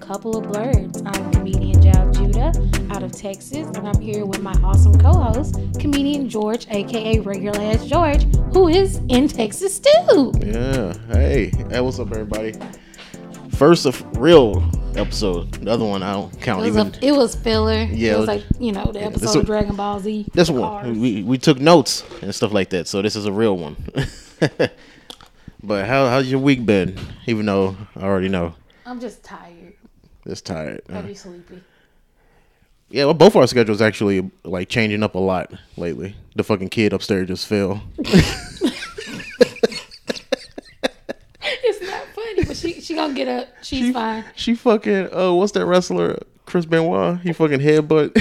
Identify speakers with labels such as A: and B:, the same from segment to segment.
A: couple of blurs. I'm comedian Jal Judah out of Texas, and I'm here with my awesome co-host, comedian George, aka Regular Ass George, who is in Texas too.
B: Yeah. Hey. Hey, what's up, everybody? First of real episode. The other one I don't
A: It
B: count
A: was,
B: even.
A: a, it was filler.
B: Yeah,
A: it was
B: it was-
A: like you know the episode
B: this
A: of
B: one-
A: Dragon Ball Z.
B: this
A: Cars.
B: one Mm. we we took notes and stuff like that. So this is a real one. but how how's your week been? Even though I already know.
A: I'm just tired.
B: It's tired. Uh,
A: Are you sleepy?
B: yeah, well, both our schedules actually like changing up a lot lately. The fucking kid upstairs just fell.
A: It's not funny, but she she gonna get up. She's
B: She-
A: fine.
B: She fucking uh, what's that wrestler Chris Benoit? He fucking headbutt.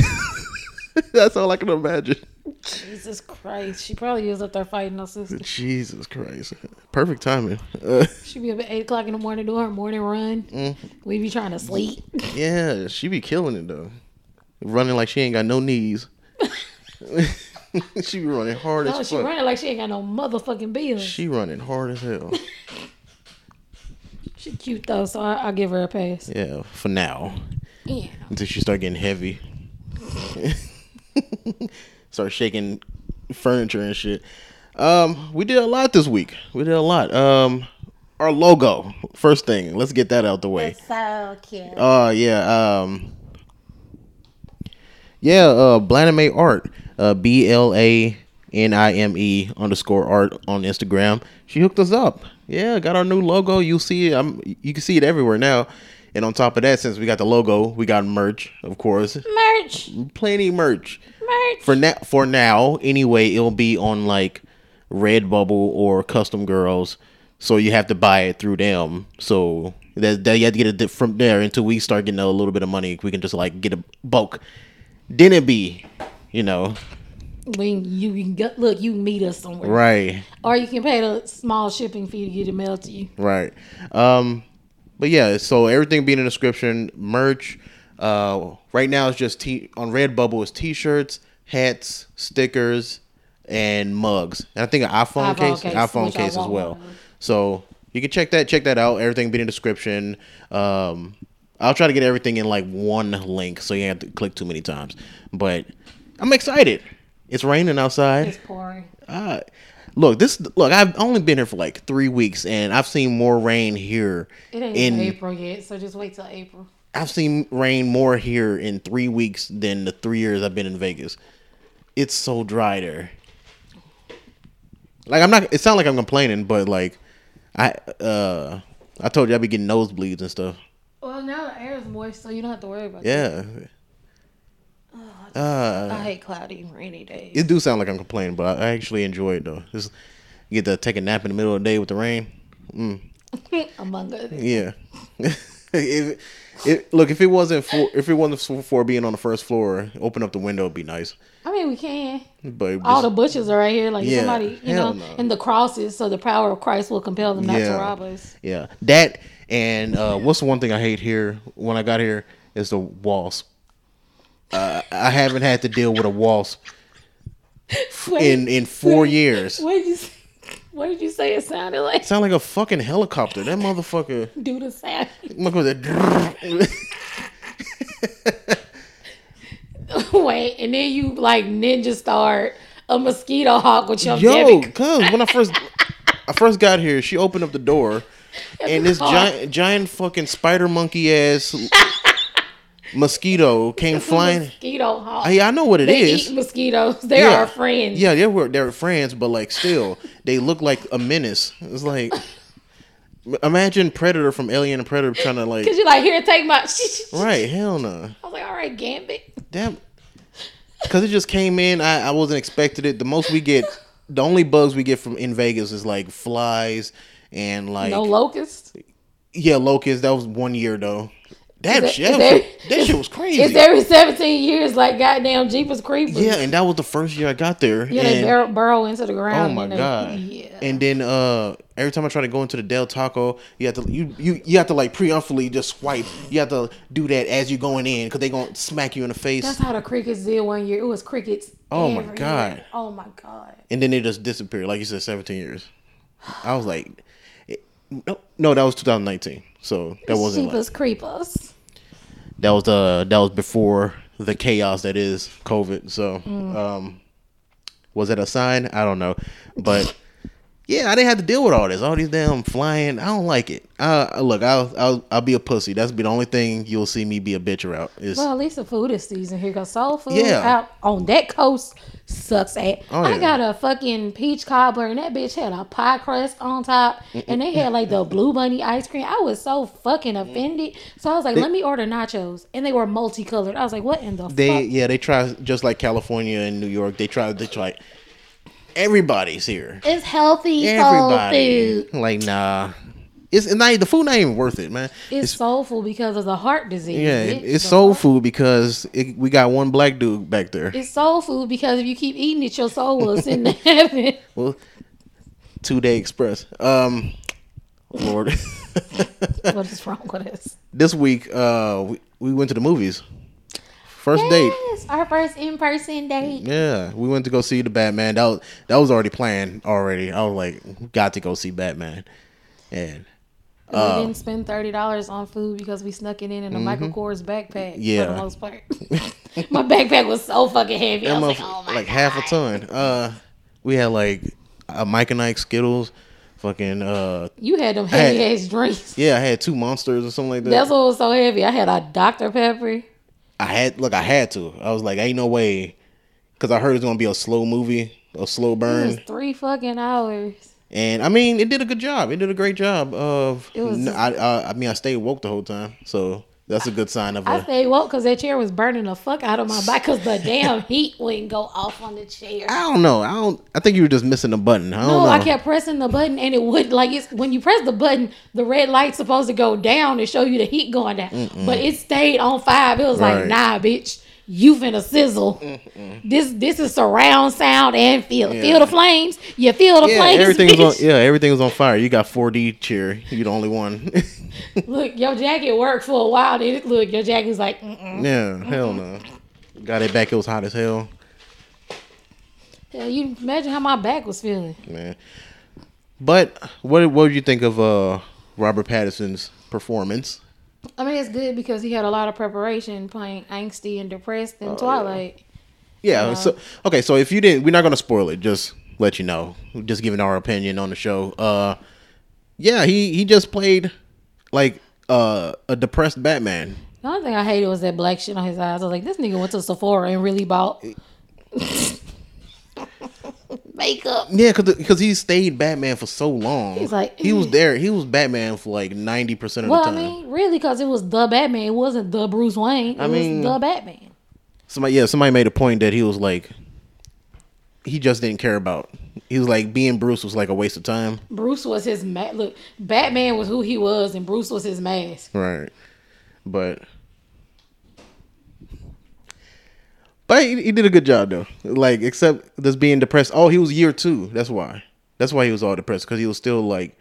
B: That's all I can imagine.
A: Jesus Christ, she probably is up there fighting her sister.
B: Jesus Christ, perfect timing. Uh,
A: She be up at eight o'clock in the morning doing her morning run.
B: Mm.
A: We be trying to sleep.
B: yeah, she be killing it though, running like she ain't got no knees. she be running hard
A: No,
B: as
A: she
B: fuck.
A: running like she ain't got no motherfucking bills. She,
B: She running hard as hell.
A: cute though, so I, I'll give her a pass.
B: yeah, for now
A: Yeah.
B: until she start getting heavy, start shaking furniture and shit. Um, we did a lot this week. We did a lot. Um, our logo, first thing. Let's get that out the way.
A: So cute.
B: Oh yeah, um, yeah. Uh, Blanime Art, uh, B L A N I M E underscore art on Instagram. She hooked us up. Yeah, got our new logo. You see it. I'm, you can see it everywhere now. And on top of that, since we got the logo, we got merch, of course,
A: Merch,
B: plenty merch.
A: merch.
B: For now, for now, anyway, it'll be on like Redbubble or Custom Girls, so you have to buy it through them. So that, that you have to get it di- from there until we start getting a little bit of money. We can just like get a bulk. Then it be, you know,
A: We you can go, look, you can meet us somewhere,
B: right,
A: or you can pay the small shipping fee to get it mailed to you.
B: right. Um, but yeah, so everything being in the description, merch. Uh, right now it's just t on Redbubble is t-shirts, hats, stickers, and mugs. And I think an iPhone,
A: iPhone
B: case,
A: case,
B: iPhone
A: which I
B: case as
A: want
B: well.
A: one of.
B: So you can check that, check that out. Everything be in the description. Um, I'll try to get everything in like one link, so you ain't have to click too many times. But I'm excited. It's raining outside.
A: It's pouring.
B: Uh, look, this look. I've only been here for like three weeks, and I've seen more rain here.
A: It ain't
B: in
A: April yet, so just wait till April.
B: I've seen rain more here in three weeks than the three years I've been in Vegas. It's so dry there. Like I'm not. It sounds like I'm complaining, but like I uh I told you I'd be getting nosebleeds and stuff.
A: Well, now the air is moist, so you don't have to worry about.
B: Yeah. Uh,
A: that. I hate cloudy and rainy days.
B: it do sound like I'm complaining, but I actually enjoy it though. Just get to take a nap in the middle of the day with the rain.
A: Among us,
B: Yeah. if, if, look, if it wasn't for if it wasn't for being on the first floor, open up the window would be nice.
A: I mean, we can.
B: But
A: all
B: just-
A: the bushes are right here. Like
B: Yeah,
A: somebody, you know,
B: hell no.
A: and the crosses. So the power of Christ will compel them not to rob us.
B: Yeah, that and uh, what's the one thing I hate here when I got here is the wasp. Uh, I haven't had to deal with a wasp
A: Wait,
B: in in four years.
A: what did you? Say? What did you say? It sounded like
B: Sound like a fucking helicopter. That motherfucker.
A: do the sound.
B: Look at that.
A: Wait, and then you like ninja start a mosquito hawk with your
B: Yo,
A: debit.
B: cuz when I first I first got here, she opened up the door and this giant giant fucking spider monkey ass mosquito came flying.
A: Mosquito hawk.
B: Hey, I know what it
A: they
B: is.
A: eat mosquitoes. They are our friends.
B: Yeah, they were they're friends, but like still, they look like a menace. It's like imagine Predator from Alien and Predator trying to like
A: Cause you're like, here, take my. I
B: Right, hell no.
A: was like, all right, Gambit.
B: Damn. Cause it just came in. I, I wasn't expecting it. The most we get the only bugs we get from in Vegas is like flies and like
A: No locusts.
B: Yeah, Locust. That was one year though. That,
A: Is
B: shit,
A: that-
B: that,
A: is
B: shit- that shit was crazy.
A: It's every 17 years, like goddamn Jeepers Creepers.
B: yeah, and that was the first year I got there.
A: Yeah, they
B: and,
A: burrow, burrow into the
B: oh
A: ground.
B: my
A: and they-
B: god!
A: Yeah.
B: And then uh, every time I try to go into the Del Taco, you have to you you, you have to like preemptively just swipe. You have to do that as you're going in because they gonna smack you in the face.
A: That's how the crickets did one year. It was crickets.
B: Oh my
A: every
B: God.
A: year. Oh my god.
B: and then they just disappeared. Like you said, seventeen years. I was like, it- no, no, that was 2019. So that wasn't like
A: Jeepers creepers.
B: That was uh that was before the chaos that is COVID. So
A: Mm.
B: um, was it a sign? I don't know, but. Yeah, I didn't have to deal with all this, all these damn flying. I don't like it. Uh, look, I'll, I'll I'll be a pussy. That's be the only thing you'll see me be a bitch about. Is
A: Well, at least the food is season here because soul food
B: Yeah.
A: out on that coast sucks at.
B: Oh,
A: I
B: yeah.
A: got a fucking peach cobbler and that bitch had a pie crust on top and they had like the blue bunny ice cream. I was so fucking offended. So I was like, let me order nachos. And they were multicolored. I was like, what in the
B: They
A: fuck?
B: yeah, they try just like California and New York. They try to try. Everybody's here.
A: It's healthy soul
B: Everybody
A: food.
B: like nah. It's it's not the food not even worth it, man.
A: It's, soulful because of the heart disease.
B: yeah,
A: bitch.
B: it's
A: The
B: soul
A: fuck?
B: food because it, we got one black dude back there.
A: It's soul food because if you keep eating it, your soul will ascend to heaven.
B: Well, two day express. Um, Lord,
A: What is wrong with us?
B: this week uh we, we went to the movies. First date.
A: Yes, our first in person date.
B: Yeah, we went to go see the Batman. That was that was already planned already. I was like, got to go see Batman, and
A: we
B: Um,
A: didn't spend thirty dollars on food because we snuck it in in a Michael Kors backpack. for
B: Mm-hmm. Yeah.
A: the most part, my backpack was so fucking heavy. I was
B: that
A: like,
B: motherf-
A: oh my
B: like
A: god,
B: half a ton. Uh, we had like a Mike and Ike Skittles, fucking uh,
A: "Oh, you had them
B: had-
A: heavy ass drinks.
B: yeah. I had two monsters or something like that.
A: That's what was so heavy. I had a Dr Pepper.
B: I had look, I had to. I was like, ain't no way, because I heard it's gonna be a slow movie, a slow
A: It
B: burn,
A: was three fucking hours.
B: and I mean, it did a good job. It did a great job of.
A: It was
B: n-
A: just-
B: I, I I mean, I stayed woke the whole time, so that's a good sign of. a.
A: I stayed woke because that chair was burning the fuck out of my body because the damn heat wouldn't go off on the chair.
B: I don't know. I don't. I think you were just missing a button. I don't
A: No,
B: know.
A: Oh, I kept pressing the button and it would like it's when you press the button, the red light's supposed to go down and show you the heat going down. But it stayed on five. It was like,
B: Right.
A: nah, bitch, you finna sizzle. This this is surround sound and feel. Feel the flames. You feel the
B: yeah,
A: flames.
B: everything was on.
A: bitch.
B: Yeah, everything was on fire. You got 4D cheer. You the only one.
A: Look, your jacket worked for a while. Then it, look, your jacket was like, Mm-mm.
B: yeah, hell no. Got it back. It was hot as hell,
A: Hell, you imagine how my back was feeling.
B: man. But what what did you think of uh Robert Pattinson's performance?
A: I mean, it's good because he had a lot of preparation playing angsty and depressed
B: Oh,
A: in Twilight.
B: Yeah. So okay. So if you didn't, we're not gonna spoil it. Just let you know. We're just giving our opinion on the show. Uh, yeah. He he just played like uh a depressed Batman.
A: The only thing I hated was that black shit on his eyes. I was like, this nigga went to Sephora and really bought makeup.
B: Yeah, because because he stayed Batman for so long.
A: He's like, eh.
B: he was there. He was Batman for like ninety percent of
A: Well,
B: the
A: I
B: time.
A: mean, really, because it was the Batman. It wasn't the Bruce Wayne. It
B: I mean-
A: was the Batman.
B: somebody, yeah, somebody made a point that he was like, he just didn't care about. He was like being Bruce was like a waste of time.
A: Bruce was his mask. Look, Batman was who he was, and Bruce was his mask.
B: Right, but but he, he did a good job though. Like except this being depressed. Oh, he was year two. That's why. That's why he was all depressed because he was still like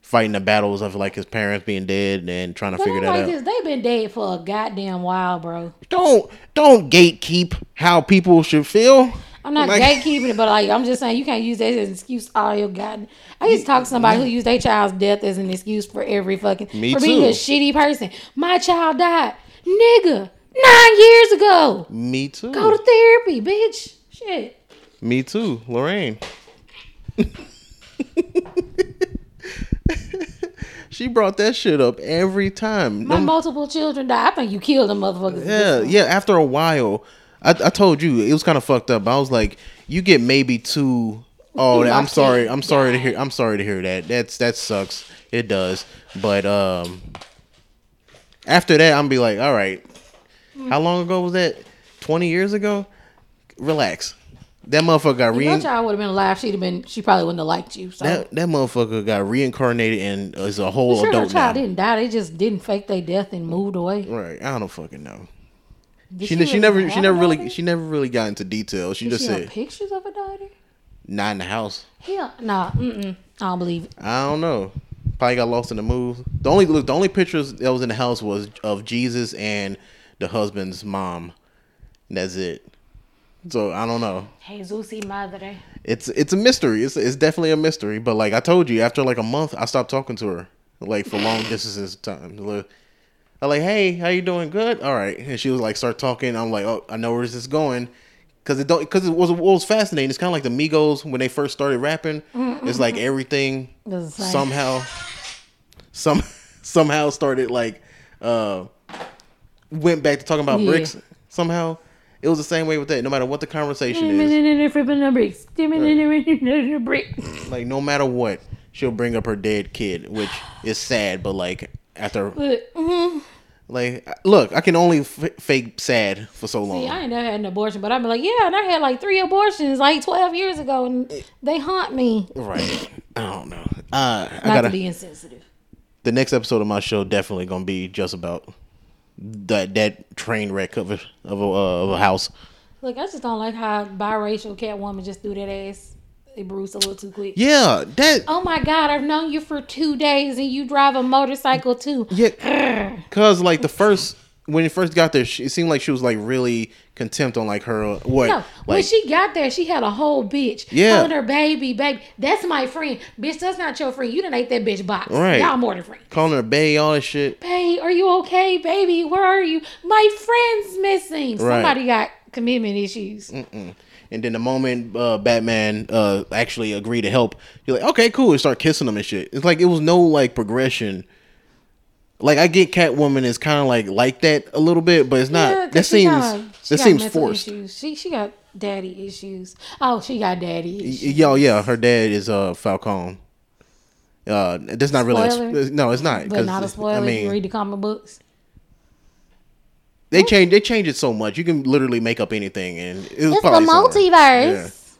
B: fighting the battles of like his parents being dead and trying to
A: But
B: figure
A: I'm
B: that
A: like
B: out.
A: this, they've been dead for a goddamn while, bro.
B: don't don't gatekeep how people should feel.
A: I'm not
B: Like-
A: gatekeeping it, but like I'm just saying, you can't use that as an excuse. All your goddamn. I used to talk to somebody who used their child's death as an excuse for every fucking
B: Me
A: for being
B: too.
A: a shitty person. My child died, nigga, nine years ago.
B: Me too.
A: Go to therapy, bitch. Shit.
B: Me too, Lorraine. she brought that shit up every time.
A: My
B: Them-
A: multiple children died. I think you killed them motherfuckers.
B: yeah, yeah. After a while, I, I told you it was kind of fucked up. I was like, you get maybe two. Oh,
A: Ooh, I
B: I'm sorry.
A: can't.
B: I'm sorry to hear. I'm sorry to hear that. That's that sucks. It does. But um, after that, I'm be like, all right.
A: Hmm.
B: How long ago was that? Twenty years ago. Relax. That motherfucker got
A: Your
B: rein.
A: child would have been alive. She'd have been. She probably wouldn't have liked you. So.
B: That, that motherfucker got reincarnated and is a whole
A: Sure, her
B: adult now.
A: child didn't die. They just didn't fake their death and moved away.
B: Right. I don't fucking know.
A: Did
B: Mm. She, she,
A: really
B: never she
A: have
B: never
A: a
B: really
A: daughter?
B: she never really got into detail. She
A: Did
B: just
A: she have
B: said
A: pictures of a daughter.
B: not in the house.
A: Hell, nah. Mm-mm. I don't believe it.
B: I don't know. Probably got lost in the move. The only look, the only pictures that was in the house was of Jesus and the husband's mom. And that's it. So I don't know.
A: Jesus y madre.
B: It's it's a mystery. It's it's definitely a mystery. But like I told you, after like a month, I stopped talking to her. Like for long distances time. Like, I'm like, hey, how you doing? Good. All right. And she was like, start talking. I'm like, oh, I know where this is going. Cause it don't, cause it was what was fascinating. It's kind of like the Migos when they first started rapping. It's like everything
A: It's like-
B: somehow, some somehow started like, uh, went back to talking about
A: Yeah.
B: bricks. Somehow, it was the same way with that. No matter what the conversation is,
A: But
B: like no matter what, she'll bring up her dead kid, which is sad. But like after,
A: mm,
B: like look, I can only f- fake sad for so long.
A: see, I ain't never had an abortion, but I'm like, yeah, and I had like three abortions like 12 years ago, and they haunt me.
B: Right. I don't know. Uh, I
A: Not
B: gotta.
A: to be insensitive.
B: the next episode of my show definitely gonna be just about that that train wreck of a of a, uh, of a house.
A: Look, I just don't like how biracial Catwoman just threw that ass. They bruised a little too quick.
B: Yeah, that
A: Oh my God, I've known you for two days and you drive a motorcycle too.
B: yeah. Cause like the first when it first got there, she, it seemed like she was like really contempt on like her uh, what
A: No, when
B: like
A: she got there, she had a whole bitch
B: Yeah.
A: calling her baby, baby. That's my friend, bitch. That's not your friend. You didn't ate that bitch box.
B: Right.
A: Y'all more than friends.
B: calling her bae all that shit.
A: Babe, are you okay, baby? Where are you? My friend's missing.
B: Right. Mm,
A: Somebody got commitment issues.
B: And then the moment uh, Batman uh, actually agreed to help, you're like, okay, cool, and start kissing him and shit. It's like it was no like progression. Like I get Catwoman is kind of like like that a little bit, but it's not.
A: Yeah, 'cause
B: uh, that
A: she
B: seems
A: got- she
B: that
A: got
B: seems
A: mental
B: forced.
A: Issues. She she got daddy issues. Oh, she got daddy issues.
B: Yo, yeah, her dad is uh Falcon. Uh, that's not really
A: Spoiler?
B: no, it's not.
A: But
B: 'cause
A: not a
B: it's-
A: spoiler.
B: I
A: if you
B: mean,
A: read the comic books.
B: they change they change it so much. You can literally make up anything, and it was
A: It's the
B: probably somewhere. Yeah.
A: multiverse.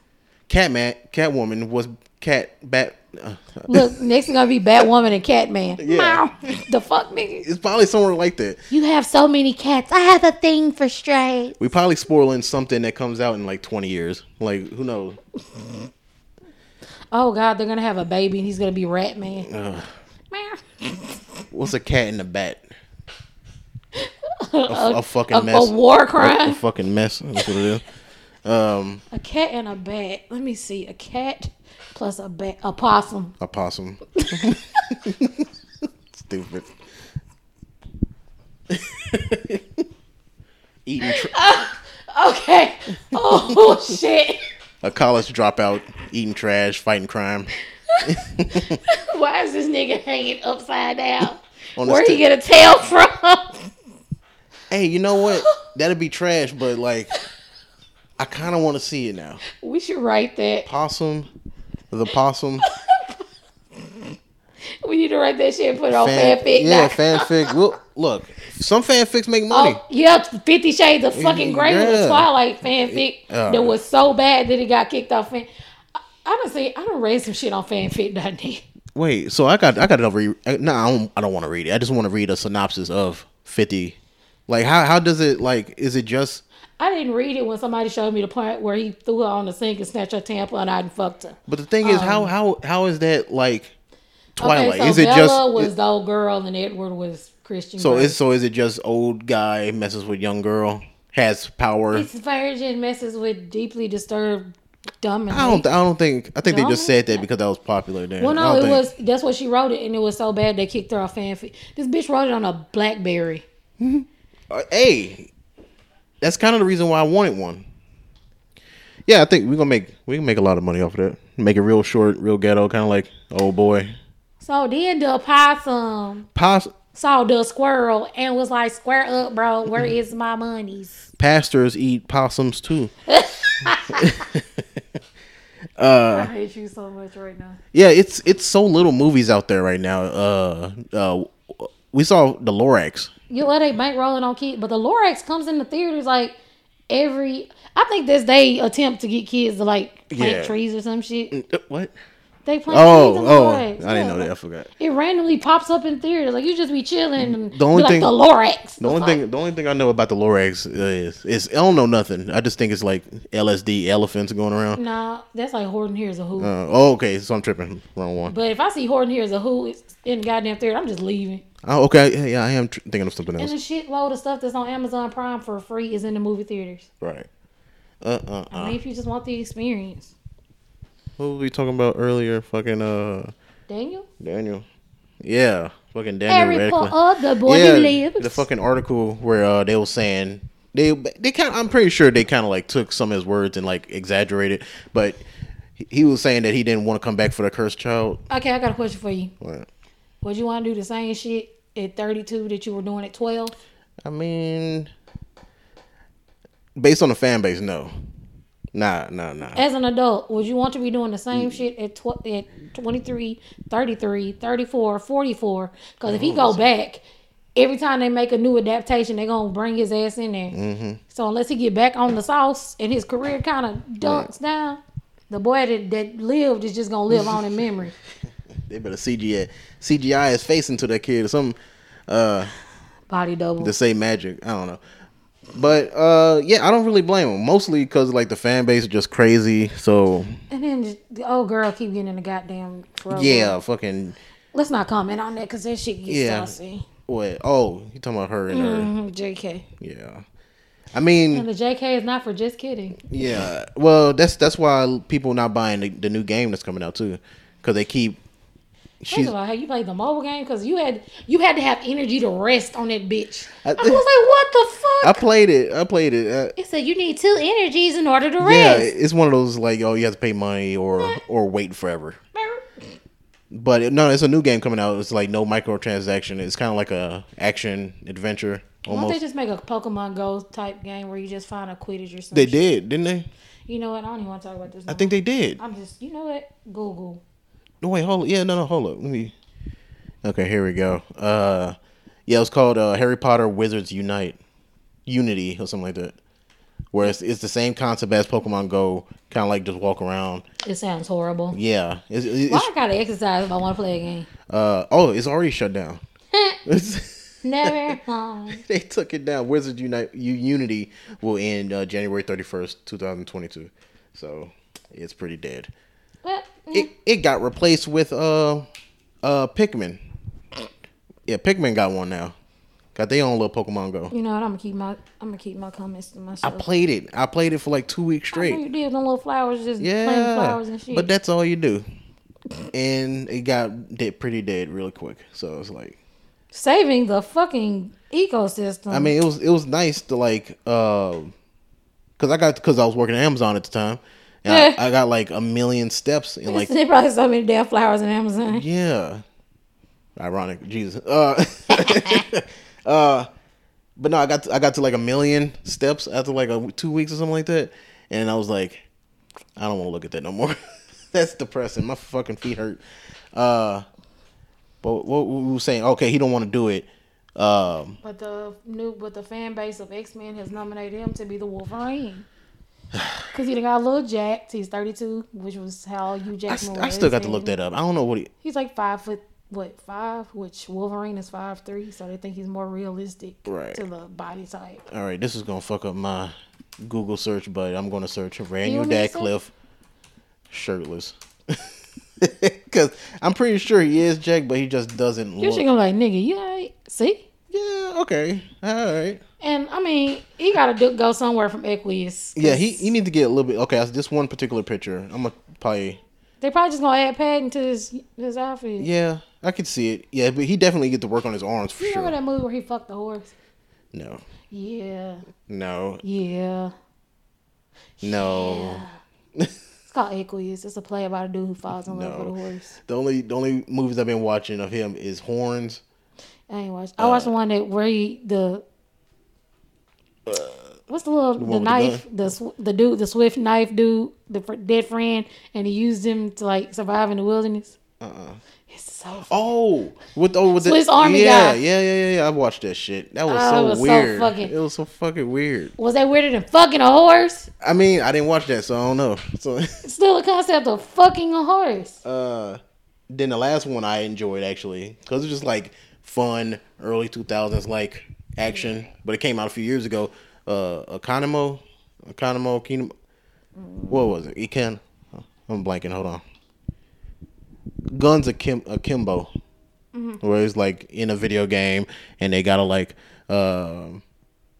B: Catman, Catwoman was Cat Bat. Uh,
A: Look, next is gonna be Batwoman and Catman.
B: Yeah.
A: Meow. the fuck, nigga.
B: it's probably somewhere like that.
A: You have so many cats. I have a thing for straight.
B: We probably spoiling something that comes out in like twenty years. Like who knows?
A: Oh God, they're gonna have a baby and he's gonna be Rat Man. Meow.
B: What's a cat and a bat?
A: A,
B: A fucking
A: a- a
B: mess.
A: war
B: A
A: crime.
B: fucking mess. That's what it is. Um,
A: A cat and a bat. Let me see. A cat plus a bat. A possum.
B: a possum. Stupid. Eating tr-
A: Okay. Oh shit.
B: a college dropout, eating trash, fighting crime.
A: Why is this nigga hanging upside down?
B: On
A: Where
B: his
A: he
B: tip.
A: get a tail from?
B: Hey, you know what? That'd be trash, but like, I kind of want to see it now.
A: we should write that.
B: Possum, the possum.
A: We need to write that shit and put it on
B: fan-
A: fanfic.
B: yeah,
A: Yeah,
B: fanfic. Look, look, some fanfics make money.
A: Oh, yep, Fifty Shades of Fucking Grey was
B: Yeah.
A: a Twilight fanfic
B: Uh.
A: that was so bad that it got kicked off. Fan- I, I don't see. I don't read some shit on fanfic.net.
B: Wait, so I got I got to read. No, nah, I don't. I don't want to read it. I just want to read a synopsis of Fifty. Like how how does it like? Is it just?
A: I didn't read it when somebody showed me the part where he threw her on the sink and snatched her tampon out and fucked her.
B: But the thing is, how how how is that like? Twilight.
A: Um. Okay, so
B: is it
A: Bella
B: just?
A: was the old girl and Edward was Christian.
B: so
A: Grey.
B: is so is it just old guy messes with young girl has power?
A: This virgin messes with deeply disturbed dumb and
B: I don't. I don't think. I think they just
A: Dumb.
B: said that because that was popular then.
A: well,
B: I
A: no,
B: don't
A: it
B: think-
A: was that's what she wrote it, and it was so bad they kicked her off fanfic. This bitch wrote it on a BlackBerry.
B: Uh, hey, that's kind of the reason why I wanted one. Yeah, I think we're gonna make we can make a lot of money off of that. Make it real short, real ghetto, kind of like oh boy,
A: So then the possum
B: Pos-
A: saw the squirrel and was like, "Square up, bro. Where is my monies?"
B: pastors eat possums too. Uh.
A: I hate you so much right now.
B: Yeah, it's it's so little movies out there right now. Uh, uh we saw the Lorax.
A: You let a bank rolling on kids, but the Lorax comes in the theaters like every. I think this they attempt to get kids to like plant
B: Yeah.
A: trees or some shit.
B: Uh, What?
A: They plant
B: Oh,
A: trees in the
B: oh, I
A: Lorax.
B: didn't
A: Yeah,
B: know that. I
A: like,
B: forgot.
A: It randomly pops up in theaters. Like you just be chilling. And
B: The only
A: be
B: thing-
A: like the Lorax.
B: The only thing the only thing I know about the Lorax is is I don't know nothing. I just think it's like LSD elephants going around.
A: Nah, that's like Horton hears a who.
B: Uh, oh, okay, so I'm tripping. Wrong one.
A: but if I see Horton hears a who it's in the goddamn theater, I'm just leaving.
B: Oh, okay. Yeah, I am tr- thinking of something
A: And
B: else.
A: the shitload of stuff that's on Amazon Prime for free is in the movie theaters.
B: Right. Uh, uh,
A: I
B: uh.
A: mean, if you just want the experience,
B: What were we talking about earlier? Fucking uh,
A: Daniel.
B: Daniel. Yeah, Fucking Daniel
A: Every
B: Radcliffe.
A: part of the boy
B: yeah,
A: who lives.
B: the fucking article where uh, they were saying they they kind of I'm pretty sure they kind of like took some of his words and like exaggerated, but he- he was saying that he didn't want to come back for the cursed child.
A: okay, I got a question for you.
B: But,
A: Would you want to do the same shit at 32 that you were doing at 12?
B: I mean, based on the fan base, no, nah, nah, nah.
A: As an adult, would you want to be doing the same shit at, tw- at 23, 33, 34, 44? Because if he go back, every time they make a new adaptation, they're going to bring his ass in there. So unless he get back on the sauce and his career kind of dunks down, the boy that, that lived is just going to live on in memory.
B: They better CGI CGI his face into that kid or something. Uh,
A: Body double.
B: to say magic. I don't know. But uh, yeah, I don't really blame him. Mostly because like the fan base is just crazy. So
A: and then just, the old girl keep getting in the goddamn trouble.
B: yeah, fucking
A: Let's not comment on that because that shit gets
B: Yeah.
A: saucy.
B: what? Oh, you talking about her and her?
A: Mhm, JK.
B: Yeah. I mean,
A: And the JK is not for just kidding.
B: yeah. Well, that's that's why people not buying the, the new game that's coming out too, because they keep.
A: First
B: She's
A: of all, have you played the mobile game? Because you had you had to have energy to rest on that bitch. I,
B: I-
A: was like, what the fuck?
B: I played it. I played it. Uh,
A: it said you need two energies in order to
B: yeah,
A: rest.
B: it's one of those like oh you have to pay money or or wait forever. But it- no, it's a new game coming out. It's like no microtransaction. It's kind of like a action adventure
A: Won't they
B: almost.
A: just make a Pokemon Go type game where you just find a Quidditch or
B: They
A: something?
B: did, didn't they?
A: You know what? I don't even want to talk about this.
B: I think they did.
A: I'm just, you know what? Google.
B: No wait, hold. Yeah, no, no, hold up. Let me. Okay, here we go. Uh, yeah, it's called uh, Harry Potter Wizards Unite, Unity or something like that. Where it's, it's the same concept as Pokemon Go, kind of like just walk around.
A: It sounds horrible.
B: Yeah, it's, it's,
A: Why I gotta exercise if I want to play a game?
B: uh oh, it's already shut down.
A: Never. mind.
B: they took it down. Wizards Unite U- Unity will end uh, January thirty first, two thousand twenty two. So it's pretty dead.
A: Well, mm,
B: it, it got replaced with uh uh Pikmin. Yeah, Pikmin got one now. Got their own little Pokemon Go.
A: you know what? I'm gonna keep my I'm gonna keep my comments to
B: I
A: myself.
B: played it. I played it for like two weeks
A: Oh, you
B: straight.
A: did them little flowers, just playing with
B: Yeah,
A: flowers and shit.
B: but that's all you do. And it got dead, pretty dead real quick. So it's like,
A: Saving the fucking ecosystem.
B: I mean, it was it was nice to like, uh, cause I got cause I was working at Amazon at the time, and I, I got like a million steps in like
A: they probably so many damn flowers in Amazon.
B: Yeah. Ironic, Jesus. Uh, uh, but no, I got to, I got to like a million steps after like a, two weeks or something like that, and I was like, I don't want to look at that no more. That's depressing. My fucking feet hurt. Uh, but what we were saying? Okay, he don't want to do it. Um,
A: But the new, but the fan base of X Men has nominated him to be the Wolverine. Cause he done got a little jacked. He's thirty two, which was how you
B: I,
A: Jackman
B: st-
A: was.
B: I still got to look that up. I don't know what he.
A: He's like five foot, what five? Which Wolverine is five three, so they think he's more realistic
B: Right.
A: to the body type.
B: All right, this is gonna fuck up my Google search, but I'm gonna search Randall
A: want me to say-
B: Dadcliffe shirtless. Cause I'm pretty sure he is Jack, but he just doesn't
A: You
B: look.
A: should go like nigga, you alright? See.
B: Yeah, okay, all right.
A: And I mean, he gotta do, go somewhere from Equius.
B: Yeah, he he need to get a little bit. Okay, that's this one particular picture. I'm gonna probably.
A: They probably just gonna add padding to his his outfit.
B: Yeah, I could see it. Yeah, but he definitely get to work on his arms for
A: you
B: sure.
A: remember that movie where he fucked the horse?
B: No,
A: Yeah,
B: no,
A: yeah.
B: no.
A: It's called Equius. It's a play about a dude who falls in love
B: No.
A: with a horse.
B: The only the only movies I've been watching of him is Horns.
A: I ain't watched.
B: Uh,
A: I watched the one that where he the. What's the little the,
B: with uh, the
A: knife the sw- the dude the swift knife dude the fr- dead friend and he used him to like survive in the wilderness.
B: Uh. uh
A: It's so
B: Oh, with oh with
A: Swiss
B: the,
A: Army
B: yeah,
A: guy.
B: Yeah, yeah, yeah, yeah. I watched that shit. That was
A: Oh,
B: so
A: it was so
B: weird.
A: fucking-
B: It was so fucking weird.
A: was that weirder than fucking a horse?
B: I mean, I didn't watch that, so I don't know. So,
A: It's still a concept of fucking a horse.
B: uh, then the last one I enjoyed actually because it was just like fun early two thousands like action, but it came out a few years ago. Uh, Economo, Economo Kingdom. What was it? Econ. I'm blanking. Hold on. Guns Akim- Akimbo. where it's like in a video game and they gotta like um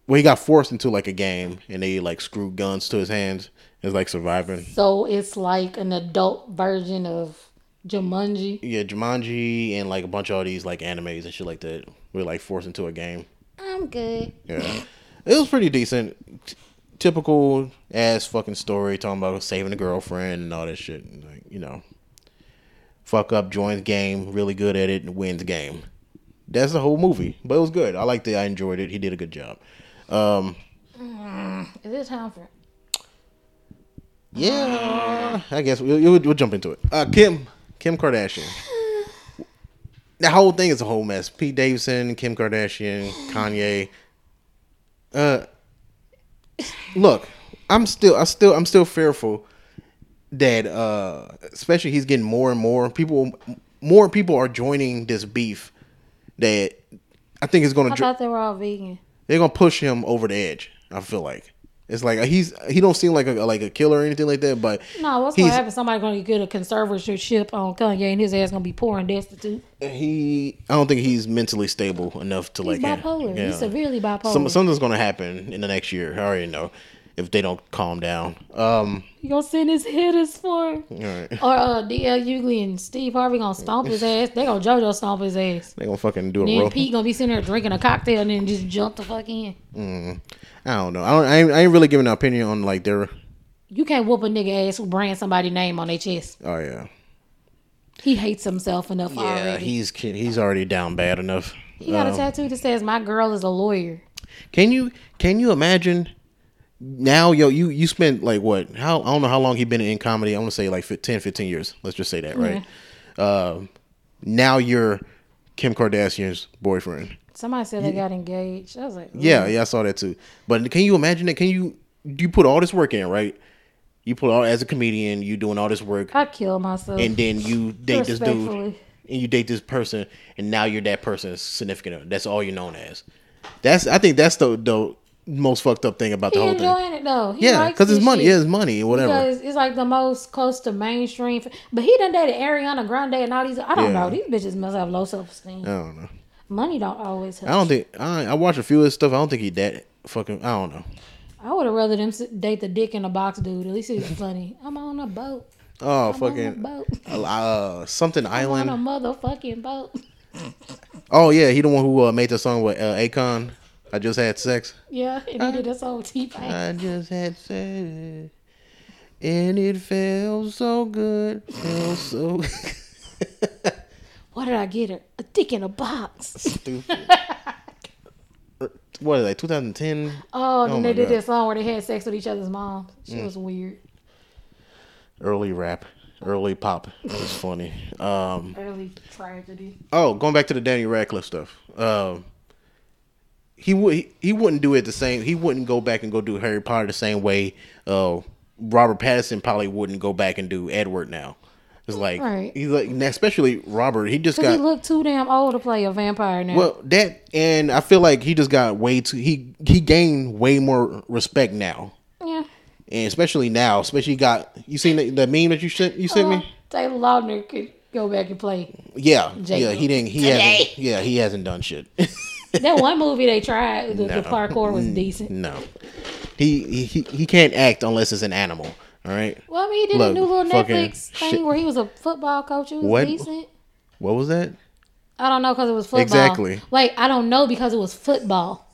B: well he got forced into like a game and they like screw guns to his hands it's like surviving
A: So it's like an adult version of Jumanji.
B: Yeah, Jumanji and like a bunch of all these like animes and shit like that. We're like forced into a game.
A: I'm good.
B: Yeah. it was pretty decent. T- typical ass fucking story talking about saving a girlfriend and all that shit. And, Like, you know. Fuck up, joins game, really good at it, and wins game. That's the whole movie. But it was good. I liked it. I enjoyed it. He did a good job. Um
A: Is it time for?
B: Yeah, I guess we'll, we'll, we'll jump into it. Uh, Kim, Kim Kardashian. The whole thing is a whole mess. Pete Davidson, Kim Kardashian, Kanye. Uh, look, I'm still, I still, I'm still fearful that, uh, especially he's getting more and more people, more people are joining this beef that I think is going
A: I
B: to
A: thought they were all vegan.
B: they're gonna push him over the edge. I feel like it's like he's he don't seem like a like a killer or anything like that, but
A: No, what's
B: he's,
A: gonna happen? Somebody gonna get a conservatorship on Kanye, and his ass gonna be poor and destitute.
B: He I don't think he's mentally stable enough to like
A: He's bipolar.
B: yeah.
A: He's severely bipolar.
B: Some, something's gonna happen in the next year. I already know if they don't calm down. Um,
A: you gonna send his hitters for?
B: all right.
A: Or uh, DL Hughley and Steve Harvey gonna stomp his ass. They gonna JoJo stomp his ass.
B: They gonna fucking do a
A: Then
B: roll.
A: Pete gonna be sitting there drinking a cocktail and then just jump the fuck in.
B: I don't know. I don't. I ain't, I ain't really giving an opinion on like their. oh,
A: You can't whoop a nigga ass who brand somebody's name on their chest.
B: Oh yeah.
A: He hates himself enough
B: Yeah,
A: already. He,
B: he's kid- he's already down bad enough.
A: got
B: Um,
A: a tattoo that says "My girl is a lawyer."
B: Can you can you imagine now yo you you spent like what how I don't know how long he been in comedy I want to say like fif- 10 15 years let's just say that right um now you're Kim Kardashian's boyfriend
A: Somebody said they got engaged. I was like,
B: yeah yeah I saw that too but can you imagine that can you you put all this work in right you put all as a comedian you doing all this work
A: I kill myself.
B: and then you date this dude and
A: Respectfully.
B: you date this person and now you're that person's significant other. that's all you're known as that's I think that's the the most fucked up thing about the
A: he
B: whole thing
A: enjoying it though. He
B: yeah,
A: likes
B: because it's
A: this
B: money.
A: shit.
B: Yeah, it's money or whatever.
A: Because it's like the most close to mainstream. f- But he done dated Ariana Grande and all these. I don't
B: Yeah.
A: know. These bitches must have low self esteem.
B: I don't know.
A: Money don't always
B: I
A: help.
B: don't think I. I watch a few of his stuff. I don't think he that fucking. I don't know.
A: I would have rather them s- date the dick in a box dude. At least it's funny. I'm on a boat.
B: Oh
A: I'm on a
B: fucking
A: boat.
B: uh something
A: I'm on a
B: island.
A: motherfucking boat.
B: Oh yeah, he the one who uh, made the song with uh, Akon. I just had sex.
A: Yeah, and he did this whole T
B: I just had sex, and it felt so good. Felt so
A: What did I get her? A dick in a box.
B: stupid. What like 2010?
A: Oh, then
B: Oh my
A: they did
B: God. Mm.
A: that song where they had sex with each other's moms. She was weird.
B: Early rap, early pop. It was funny. Um.
A: Early tragedy.
B: Oh, going back to the Daniel Radcliffe stuff. Um, he would he wouldn't do it the same. He wouldn't go back and go do Harry Potter the same way. Uh, Robert Pattinson probably wouldn't go back and do Edward now. It's like
A: Right.
B: he's like especially Robert. He just
A: Cause
B: got
A: he looked too damn old to play a vampire now.
B: well that, and I feel like he just got way too. He he gained way more respect now,
A: yeah.
B: and especially now, especially he got you seen the, the meme that you sent you sent
A: Uh,
B: me.
A: Taylor Lautner could go back and play.
B: Yeah, yeah,
A: Jacob.
B: he didn't. He hasn't. Yeah, he hasn't done shit.
A: That one movie they tried, the, the parkour was
B: Mm.
A: decent.
B: No. He, he- he he can't act unless it's an animal. All right.
A: Well, I mean, he did
B: Look,
A: a new little
B: fucking
A: Netflix thing
B: shit.
A: where he was a football coach. It was
B: What?
A: decent.
B: What was that?
A: I don't know because it was football.
B: Exactly.
A: Wait, I don't know because it was football.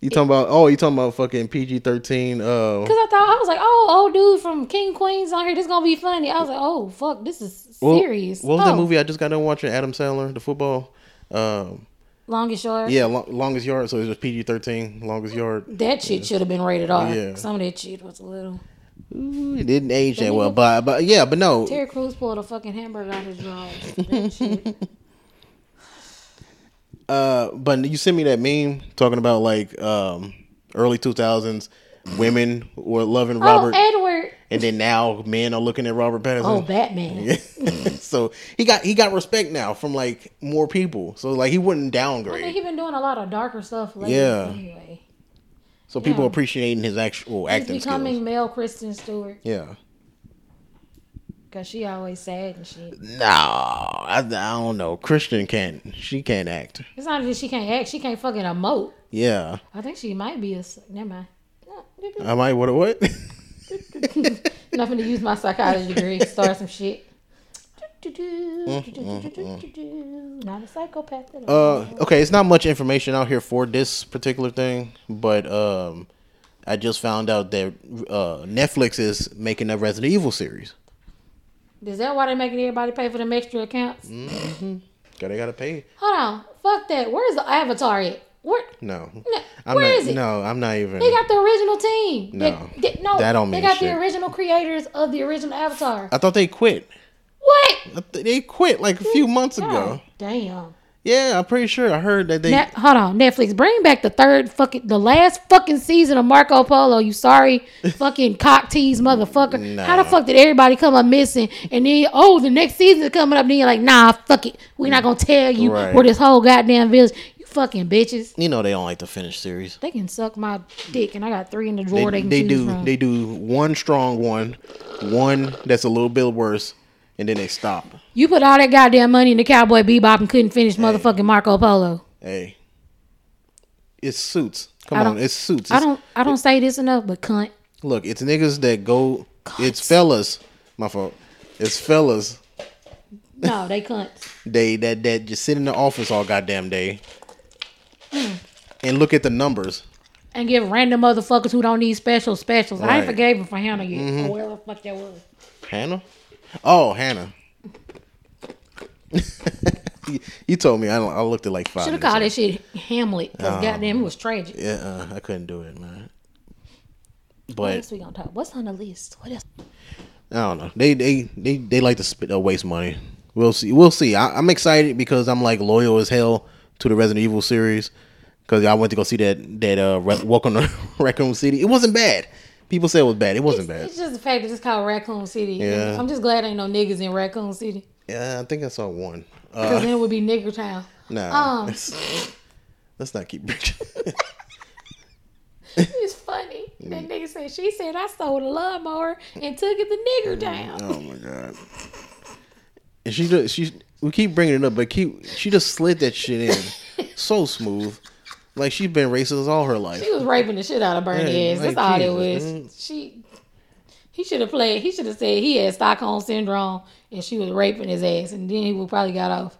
B: You talking about? Oh, you talking about fucking PG thirteen? Uh,
A: Because I thought I was like, oh, old dude from King Queens on here. This gonna be funny. I was like, oh fuck, this is
B: what-
A: serious.
B: What was
A: Oh,
B: that movie I just got done watching? Adam Sandler, the football. Um,
A: Long and short.
B: yeah, lo- longest yard. So it was PG thirteen. Longest yard.
A: That shit should have been rated R.
B: Yeah.
A: Some of that shit was a little.
B: Ooh, it didn't age that well,
A: nigga-
B: but but yeah, but no.
A: Terry Crews pulled a fucking hamburger out his drawers. That shit.
B: Uh, but you sent me that meme talking about like um early two thousands women were loving Robert,
A: Oh, Edward.
B: and then now men are looking at Robert Pattinson.
A: Oh, Batman.
B: so he got he got respect now from like more people. So like he wouldn't
A: I mean,
B: downgrade.
A: he been doing a lot of darker stuff lately.
B: Yeah.
A: Anyway,
B: So people
A: yeah.
B: appreciating his actual
A: he's
B: acting
A: becoming
B: skills.
A: male Kristen Stewart
B: Yeah.
A: because she always sad and shit.
B: No, I, I don't know. Christian can't. She can't act.
A: It's not that she can't act; she can't fucking emote.
B: Yeah.
A: I think she might be a. s- Never mind. No,
B: I might. What? What?
A: Nothing to use my psychology degree. Start some shit. Not a psychopath at all.
B: Mm, Uh, okay, it's not much information out here for this particular thing, but um, I just found out that uh, Netflix is making a Resident Evil series.
A: Is that why they're making everybody pay for them extra accounts?
B: mm. Gotta gotta pay.
A: Hold on. Fuck that. Where's the Avatar at? Where?
B: No,
A: No,
B: I'm
A: where
B: not,
A: is it?
B: No, I'm not even.
A: They got the original team.
B: No.
A: They, they- no,
B: That don't
A: they
B: mean
A: got
B: shit.
A: the original creators of the original Avatar.
B: I thought they quit.
A: What?
B: I th- They quit like a few months ago.
A: God damn.
B: Yeah, I'm pretty sure. I heard that they.
A: Now, hold on, Netflix, bring back the third fucking, the last fucking season of Marco Polo. You sorry fucking cock tease motherfucker. How the
B: Nah.
A: fuck did everybody come up missing? And then oh, the next season is coming up. Then you're like, nah, fuck it. We're not gonna tell you
B: Right.
A: where this whole goddamn village. You fucking bitches.
B: you know they don't like to finish series.
A: They can suck my dick, and I got three in the drawer.
B: They,
A: They, can
B: they
A: choose
B: do
A: From.
B: they do one strong one, one that's a little bit worse, and then they stop.
A: you put all that goddamn money in the Cowboy Bebop and couldn't finish motherfucking Marco Polo.
B: Hey, it's suits. Come
A: I
B: on,
A: don't-
B: it's suits.
A: I
B: It's-
A: don't, I don't say this enough, but cunt.
B: Look, it's niggas that go. It's fellas. My fault. It's fellas.
A: No, they cunts.
B: They that that just sit in the office all goddamn day,
A: Hmm.
B: and look at the numbers.
A: and give random motherfuckers who don't need special specials. I ain't
B: Right. Mm-hmm.
A: forgave him for Hannah yet. Or whatever the fuck that was.
B: Hannah. Oh, Hannah. you, you told me I, I looked at like five.
A: Should have
B: minutes
A: called that shit Hamlet. Because goddamn, it was tragic.
B: Oh. Yeah, uh, I couldn't do it, man.
A: What
B: But
A: else we gonna talk? What's on the list? What else?
B: I don't know. They they they, they like to spit, uh, waste money. We'll see. We'll see. I, I'm excited because I'm like loyal as hell to the Resident Evil series because I went to go see that that uh Re- Welcome to Raccoon City. It wasn't bad. People said it was bad. It wasn't bad.
A: It's just the fact that it's called Raccoon City.
B: Yeah.
A: I'm just glad ain't no niggas in Raccoon City.
B: Yeah, I think I saw one.
A: Because
B: Uh,
A: then it would be Nigger Town.
B: nah,
A: um.
B: let's, let's not keep.
A: It's funny.
B: Mm.
A: That nigga said, she said, I stole a lawnmower and took it to Nigger Town.
B: oh my god. And she just she we keep bringing it up, but keep she just slid that shit in so smooth, like she's been racist all her life.
A: She was raping the shit out of Bernie
B: Yeah,
A: ass.
B: like,
A: That's all
B: Jesus,
A: it was. She he should have played he should have said he had Stockholm syndrome and she was raping his ass and then he would probably got off.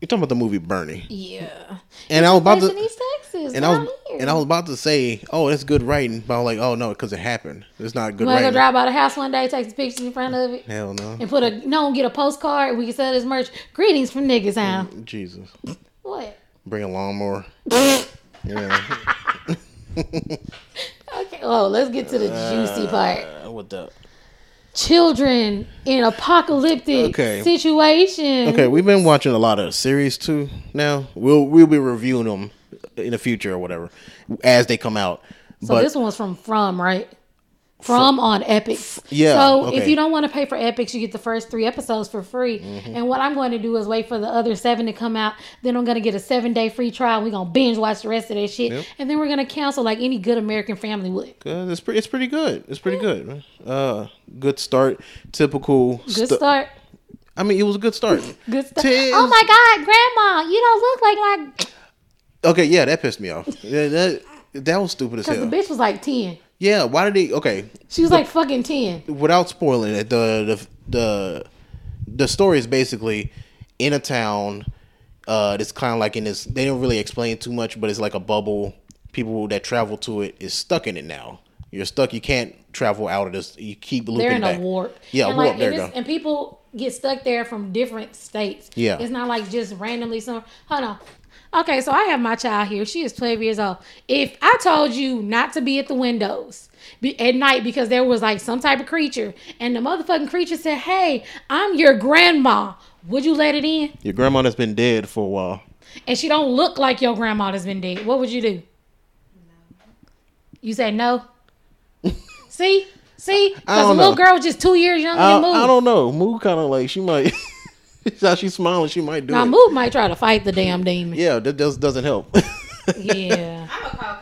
B: You're talking about the movie Bernie,
A: Yeah.
B: and I was about
A: That's in
B: to
A: East Texas.
B: and I was and I was about to say, oh, that's good writing, but I'm like, oh no, because it happened. It's not good
A: Wanna go
B: writing.
A: drive by the house one day, take some pictures in front of it,
B: Hell no,
A: and put a no, get a postcard. We can sell this merch. Greetings from niggas
B: Mm.
A: town.
B: Jesus,
A: What?
B: bring a lawnmower. yeah,
A: Okay. Oh, let's get to the juicy part.
B: uh, what the?
A: Children in apocalyptic
B: Okay.
A: situation.
B: Okay, we've been watching a lot of series too. Now we'll we'll be reviewing them in the future or whatever as they come out.
A: So
B: but
A: this one's from From, right? From on Epics.
B: yeah,
A: So if
B: okay.
A: you don't want to pay for Epics, you get the first three episodes for free.
B: Mm-hmm.
A: And what I'm going to do is wait for the other seven to come out. Then I'm going to get a seven day free trial. We're going to binge watch the rest of that shit. And then we're going to cancel like any good American family would.
B: Uh, it's pretty. It's pretty good. It's pretty good. man. Uh, good start. Typical.
A: Good
B: stu-
A: start.
B: I mean, it was a good start.
A: Good start.
B: Tis-
A: Oh my God, Grandma, you don't look like my.
B: Okay, yeah, that pissed me off. Yeah, that that was stupid as
A: Because
B: hell.
A: the bitch was like 10.
B: yeah, why did they? Okay,
A: She was like fucking 10.
B: without spoiling it, the the the the story is basically in a town. Uh, it's kind of like in this. They don't really explain too much, but it's like a bubble. People that travel to it is stuck in it now. You're stuck. You can't travel out of this. You keep looping
A: They're in
B: back.
A: a warp.
B: Yeah,
A: and
B: warp.
A: Like,
B: there
A: and,
B: you go.
A: it's- and people get stuck there from different states.
B: Yeah.
A: it's not like just randomly. Some hold on. Okay, so I have my child here. She is 12 years old. If I told you not to be at the windows be, at night because there was like some type of creature, and the motherfucking creature said, "Hey, I'm your grandma," would you let it in?
B: Your grandma that's been dead for a while.
A: And she don't look like your grandma that's been dead. What would you do? You said no. See, see, because the
B: don't
A: little
B: know.
A: girl was just two years younger
B: I,
A: than Moo.
B: Uh, I don't know. Moo kind of like she might. how she's smiling, she might do
A: Now
B: it.
A: Mood might try to fight the damn demon.
B: Yeah, that does, doesn't help.
A: Yeah.
C: I'm gonna call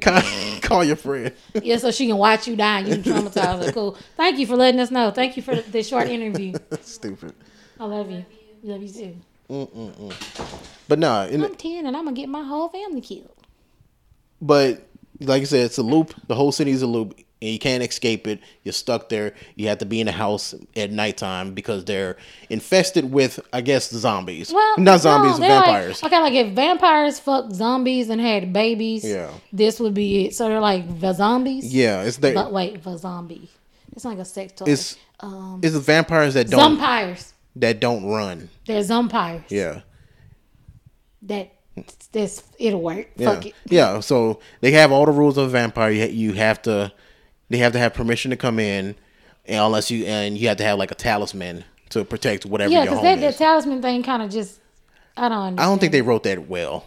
C: Patty.
B: call, call your friend.
A: Yeah, so she can watch you die and you can traumatize her. Cool. Thank you for letting us know. Thank you for the short interview.
B: Stupid.
A: I love you. Love you too.
B: But nah, in,
A: I'm 10 and I'm going to get my whole family killed.
B: but like I said, it's a loop. The whole city's a loop. and you can't escape it. You're stuck there. You have to be in the house at nighttime because they're infested with, I guess, zombies.
A: Well,
B: not zombies,
A: no, they're
B: vampires.
A: Like, okay, like if vampires fucked zombies and had babies,
B: Yeah.
A: this would be it. So they're like the zombies.
B: yeah, it's the
A: But wait, the zombie. It's like a sex toy.
B: it's
A: Um,
B: it's the vampires that don't
A: Zumpires.
B: that don't run.
A: They're zumpires.
B: Yeah.
A: That that's it'll work.
B: Yeah.
A: Fuck it.
B: Yeah. So they have all the rules of a vampire. You, you have to, they have to have permission to come in, and unless you and you have to have like a talisman to protect whatever
A: Yeah,
B: your
A: because
B: home
A: that,
B: is.
A: that talisman thing kind of just I don't
B: I
A: understand.
B: don't think they wrote that well.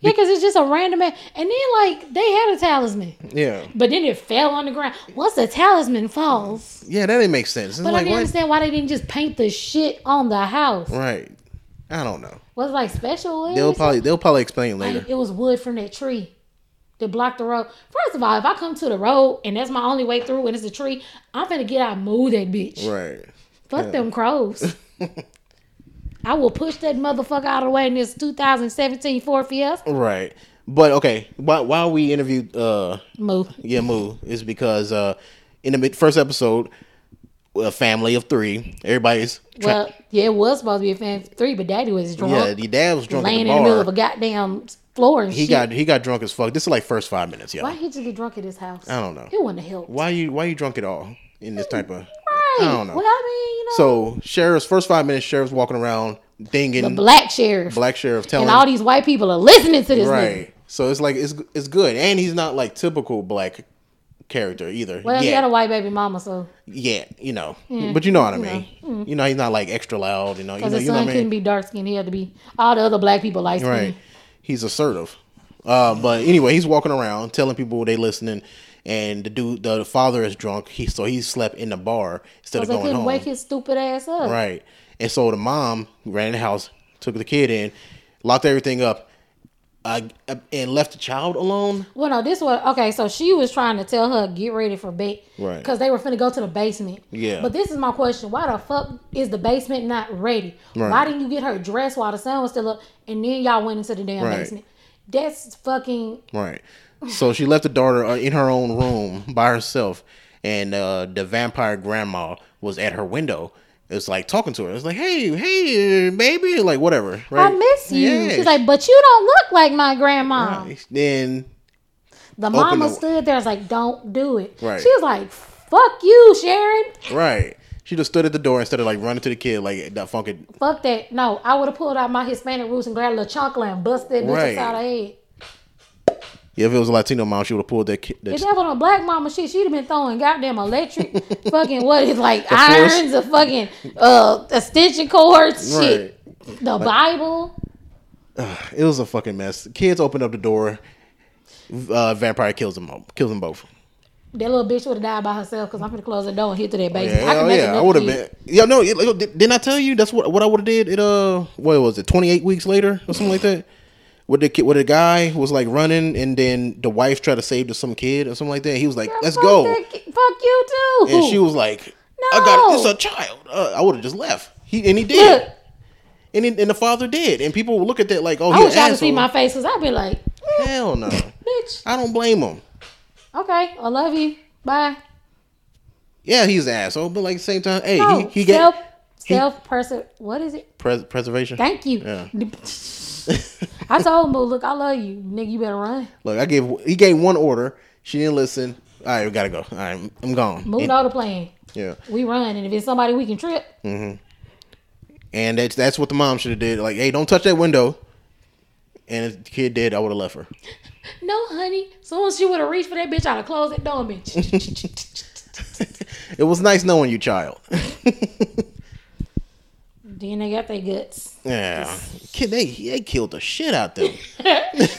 A: Yeah, because it's just a random a- and then like they had a talisman.
B: Yeah.
A: But then it fell on the ground. Once the talisman falls,
B: Yeah, that didn't make sense. It's
A: but I
B: like
A: didn't
B: what?
A: understand why they didn't just paint the shit on the house.
B: Right. I don't know.
A: Was it like special wood? or
B: They'll
A: something?
B: probably they'll probably explain it later.
A: Like, it was wood from that tree that blocked the road. First of all, if I come to the road and that's my only way through and it's a tree, I'm finna get out and move that bitch.
B: Right.
A: Fuck them crows. I will push that motherfucker out of the way in this 2017 Ford Fiesta.
B: Right. But okay, why why we interviewed uh
A: Move.
B: Yamu is because uh in the mid- first episode, a family of three, everybody's
A: Well, yeah, it was supposed to be a fan three, but daddy was drunk.
B: yeah, the dad was drunk at
A: laying
B: the
A: in the middle of a
B: bar.
A: goddamn floor and
B: He
A: shit.
B: got he got drunk as fuck. This is like first five minutes, yeah.
A: Why
B: Why,
A: he just get drunk at his house?
B: I don't know.
A: He wouldn't have helped. Right.
B: you why you drunk at all in this type of I don't know.
A: Well, I mean, you know,
B: So sheriff's first five minutes, sheriff's walking around dinging
A: black sheriff
B: black sheriff telling
A: and all these white people are listening to this. Nigga.
B: Right. So it's like it's it's good, and he's not like typical black character either.
A: Well, he
B: yet.
A: had a white baby mama, so
B: Yet, you know, but you know what I mean. You know, he's not like extra loud. You know, you
A: because
B: know,
A: Mm. his
B: you know
A: son
B: what I
A: couldn't
B: mean.
A: be dark skinned. He had to be all the other black people light skinned.
B: Right. He's assertive. Uh, but anyway, he's walking around telling people they listening, and the dude, the father is drunk. He so he slept in the bar instead
A: Because
B: of
A: they
B: going
A: Oh, couldn't
B: home.
A: wake his stupid ass up.
B: Right. And so the mom ran in the house, took the kid in, locked everything up, uh, and left the child alone.
A: Well, no, this was okay. So she was trying to tell her get ready for bed,
B: Right.
A: Because they were finna go to the basement.
B: Yeah.
A: But this is my question: Why the fuck is the basement not ready?
B: Right.
A: Why didn't you get her dressed while the sun was still up, and then y'all went into the damn
B: Right.
A: basement? That's fucking
B: Right. So she left the daughter uh, in her own room by herself, and uh, the vampire grandma was at her window. It was like talking to her. It was like, "Hey, hey, baby," like whatever. Right?
A: I miss you.
B: Yeah.
A: She's like, but you don't look like my grandma.
B: then
A: The mama
B: the-
A: stood there, was like, don't do it.
B: Right.
A: She was like, fuck you, Sharon.
B: right, she just stood at the door instead of like running to the kid like that funky.
A: Fuck that. No, I would have pulled out my Hispanic roots and grabbed a chancla and busted that bitch
B: Right.
A: inside her head.
B: Yeah, if it was a Latino mom, she would have pulled that kid.
A: If
B: That,
A: that was on black mama shit, she'd have been throwing goddamn electric fucking what is like irons, a fucking uh extension cords, shit. The Bible.
B: it was a fucking mess. Kids opened up the door. Uh, vampire kills them. all- Kills them both.
A: That little bitch would have died by herself because I'm gonna close the door and hit to that baby.
B: Yeah,
A: can
B: hell
A: make
B: yeah, I
A: another
B: would have
A: kid.
B: been. Yeah, no, it, like, oh, didn't I tell you that's what what I would have did? It uh, what was it? Twenty eight weeks later or something like that. With the kid, with the guy was like running, and then the wife tried to save to some kid or something like that. He was like,
A: Yeah,
B: "Let's
A: fuck
B: go,"
A: that ki- fuck you too.
B: and she was like, "I
A: No.
B: got it. It's a child." Uh, I would have just left. He and he did,
A: Look,
B: and he, and the father did, and people would look at that like, "Oh,
A: I
B: he's
A: wish
B: an
A: y'all could see
B: asshole."
A: my face because I'd be like,
B: Hell no,
A: bitch,
B: I don't blame him.
A: okay, I love you. Bye.
B: Yeah, he's an asshole, but like at the same time, hey,
A: No,
B: he, he
A: Oh, self,
B: got
A: self person. What is it?
B: pres- preservation.
A: Thank you.
B: Yeah.
A: I told Moo, look, I love you. Nigga, you better run.
B: Look, I gave he gave one order. She didn't listen. All right, we gotta go. All right, I'm gone.
A: Moo
B: And-
A: know the plan.
B: yeah,
A: We run, and if it's somebody we can trip,
B: and that's that's what the mom should have did. Like, hey, don't touch that window. And if the kid did, I would have left her.
A: no, honey. Soon as she would have reached for that bitch, I'd have closed that door, bitch.
B: it was nice knowing you, child.
A: then they got their guts.
B: yeah, kid, they they killed the shit out them.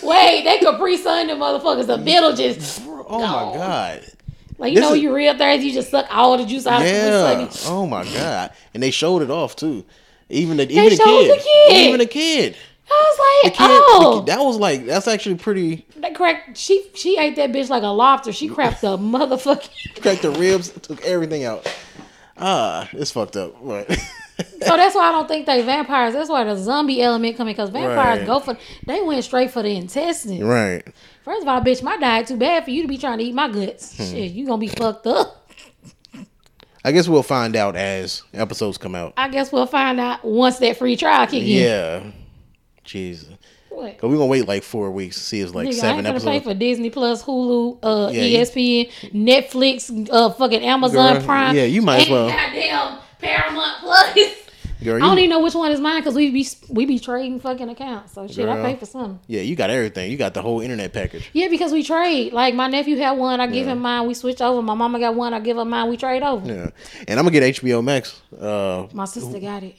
A: Wait, they Capri Sun, the motherfuckers, the middle just
B: Oh my god.
A: like you
B: This
A: know
B: is-
A: you real thirsty, you just suck all the juice out of
B: Yeah.
A: Capri Sun.
B: Oh my god. And they showed it off too. Even the even the
A: showed
B: kid,
A: the kid.
B: Even the kid.
A: I was
B: The
A: like,
B: kid.
A: oh,
B: the- that was like that's actually pretty.
A: That crack. She she ate that bitch like a lobster. She cracked the motherfucking.
B: Cracked the ribs, took everything out. Ah, it's fucked up. Right.
A: So that's why I don't think they vampires. That's why the zombie element coming because vampires
B: Right.
A: go for they went straight for the intestines.
B: right.
A: First of all, bitch, my diet too bad for you to be trying to eat my
B: Hmm.
A: guts. Shit, you gonna be fucked up.
B: I guess we'll find out as episodes come out.
A: I guess we'll find out once that free trial kick in.
B: Yeah. Jesus.
A: What?
B: But we're gonna wait like four weeks to see if it's like
A: Nigga, I ain't
B: seven
A: gonna pay
B: episodes.
A: for Disney Plus, Hulu, uh,
B: Yeah, you-
A: ESPN, Netflix, uh, fucking Amazon
B: Girl,
A: Prime.
B: yeah, you might as
A: and
B: well.
A: Goddamn Paramount Plus.
B: Girl,
A: I don't
B: you-
A: even know which one is mine because we be we be trading fucking accounts. So shit, I
B: Girl.
A: pay for something.
B: yeah, you got everything. You got the whole internet package.
A: Yeah, because we trade. Like my nephew had one, I give him mine. We switch over. My mama got one, I give her mine. We trade over.
B: Yeah. And I'm gonna get HBO Max. Uh
A: My sister got it.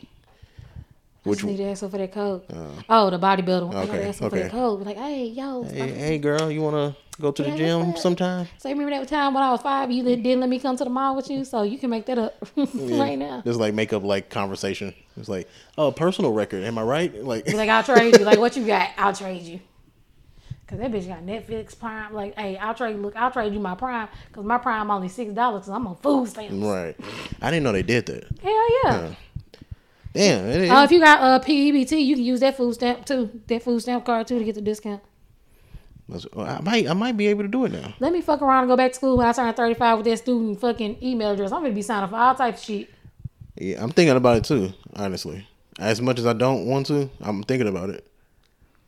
B: which
A: Just need to ask her for that code. oh, the bodybuilder. one. I gotta
B: Okay,
A: ask her for
B: okay.
A: that code. Be like, hey, yo.
B: hey, hey girl, you wanna go to the
A: Yeah,
B: gym
A: what's up?
B: sometime?
A: So you remember that time when I was five, you didn't didn't let me come to the mall with you, so you can make that up right now.
B: Just like make up like conversation. It's like, oh personal record, am I right? Like
A: Be like, I'll trade you. Like, what you got? I'll trade you. Cause that bitch got Netflix Prime. Like, hey, I'll trade. Look, I'll trade you my Prime. Cause my Prime only six dollars. Cause I'm on food stamps.
B: Right. I didn't know they did that.
A: Hell yeah.
B: Damn. It, it-
A: Uh, if you got uh PEBT, you can use that food stamp too. That food stamp card too to get the discount.
B: that's- I might I might be able to do it now.
A: Let me fuck around and go back to school when I turn 35 with that student fucking email address. I'm gonna be signing for all types of shit.
B: Yeah, I'm thinking about it too, honestly. As much as I don't want to, I'm thinking about it.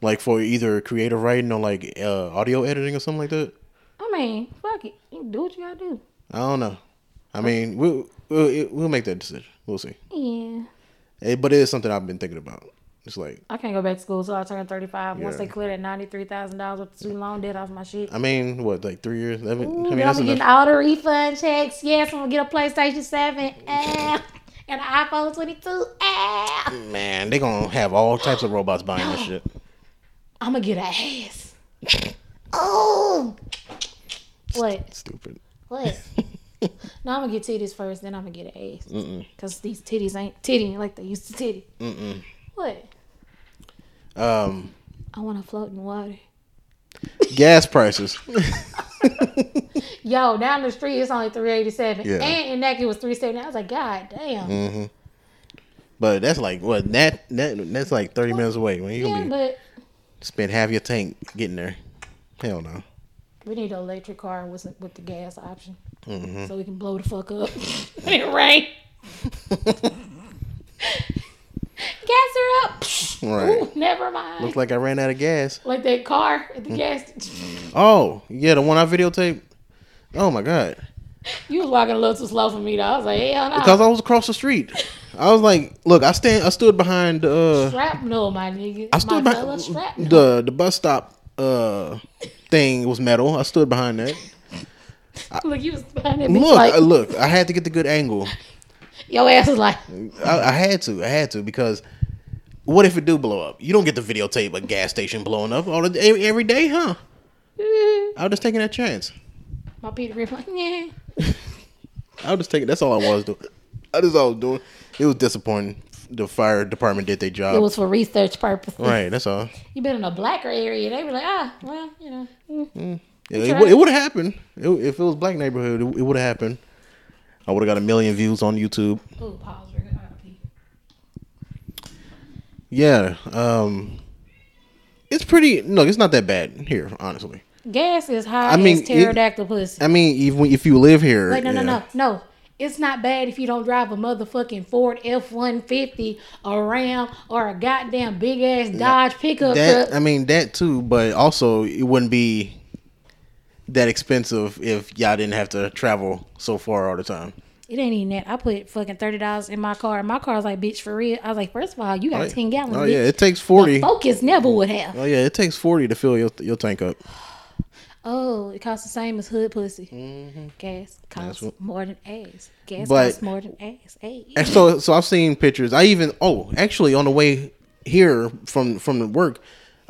B: Like for either creative writing or like uh, audio editing or something like that.
A: I mean, fuck it. You do what you gotta do.
B: I don't know. I mean, we'll we'll, we'll make that decision. We'll see.
A: Yeah.
B: Eh, but it is something I've been thinking about. It's like,
A: I can't go back to school till I turn 35. Once
B: Yeah.
A: they clear that $93,000 with the student loan debt off my shit.
B: I mean, what, like three years? That, I mean,
A: Ooh,
B: I mean,
A: then I'm
B: that's
A: getting
B: enough.
A: all the refund checks. Yes, I'm gonna get a PlayStation 7 ah, and an iPhone 22. Ah.
B: Man, they gonna have all types of robots buying this shit.
A: I'm gonna get an ass. Oh, what?
B: Stupid.
A: What? no, I'm gonna get titties first, then I'm gonna get an ass. Cause these titties ain't titty like they used to titty. What?
B: Um,
A: I want to float in water.
B: gas prices.
A: Yo, down the street it's only three eighty seven,
B: Yeah. Mm-hmm.
A: and in that it was three seventy. I was like, God damn.
B: but that's like what that that that's like thirty minutes away. When you gonna
A: Yeah,
B: be
A: but
B: spend half your tank getting there? Hell no.
A: we need an electric car with some- with the gas option,
B: Mm-hmm.
A: so we can blow the fuck up when it rain. gas her up.
B: Right.
A: Ooh, never mind.
B: Looks like I ran out of gas.
A: like that car
B: Mm.
A: at the gas.
B: Oh, yeah, the one I videotaped. Oh my god.
A: you was walking a little too slow for me though. I was like, hell no.
B: Because I was across the street. I was like, look, I stand I stood behind uh
A: Shrapnel, my nigga.
B: I stood
A: my fellow
B: behind
A: shrapnel.
B: the the bus stop uh thing was metal. I stood behind that.
A: Look, you was behind that bitch
B: Look,
A: like,
B: I, look, I had to get the good angle.
A: your ass was like,
B: I, I had to. I had to because what if it do blow up? You don't get to videotape a gas station blowing up all the, e, every, every day, huh?
A: "Eh."
B: I was just taking that chance.
A: my Peter Griffin, like, yeah.
B: I was just taking. That's all I was doing. That is all I was doing. It was disappointing. The fire department did their job.
A: It was for research purposes.
B: right. That's all.
A: You been in a blacker area, they be like, ah, well, you know. mm.
B: It, it, would- it would have happened it, if it was black neighborhood. It, it would have happened. I would have got a million views on YouTube.
A: Ooh, pause. real quick. I gotta pee.
B: Yeah. Um. It's pretty. Look, it's not that bad here, honestly.
A: Gas is high
B: I mean,
A: as pterodactyl pussy.
B: I mean, even if you live here.
A: Wait, no, no,
B: yeah.
A: no, no. It's not bad if you don't drive a motherfucking Ford F one fifty, a Ram, or a goddamn big ass Dodge pickup
B: That uh,
A: truck.
B: I mean that too, but also it wouldn't be that expensive if y'all didn't have to travel so far all the time.
A: It ain't even that. I put fucking thirty dollars in my car. My car's like, bitch, for real. I was like, first of all, you got ten gallons.
B: Oh
A: bitch.
B: yeah, it takes forty.
A: Focus never would have.
B: Oh yeah, it takes forty to fill your your tank up.
A: Oh, it costs the same as hood pussy. Gas costs
B: Mm-hmm. what-
A: more than ass. Gas
B: But-
A: costs more than ass. Ass.
B: And so so I've seen pictures. I even oh actually on the way here from from the work,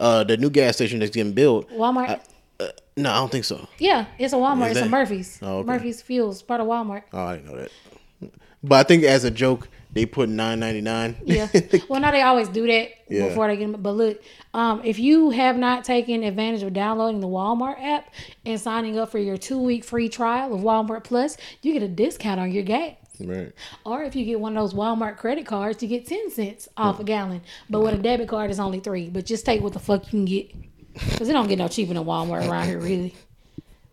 B: uh the new gas station that's getting built.
A: Walmart.
B: Uh, no, I don't think so.
A: yeah, it's a Walmart. It's a
B: that-
A: Murphy's.
B: Oh, okay.
A: Murphy's Fuels, part of Walmart.
B: Oh, I didn't know that. But I think as a joke, they put nine ninety nine.
A: Yeah. well, now they always do that
B: Yeah.
A: before they get them. But look, um, if you have not taken advantage of downloading the Walmart app and signing up for your two week free trial of Walmart Plus, you get a discount on your gas.
B: Right.
A: Or if you get one of those Walmart credit cards, you get 10 cents off a gallon. But with a debit card, it's only three. But just take what the fuck you can get. Because it don't get no cheaper than Walmart around here, really.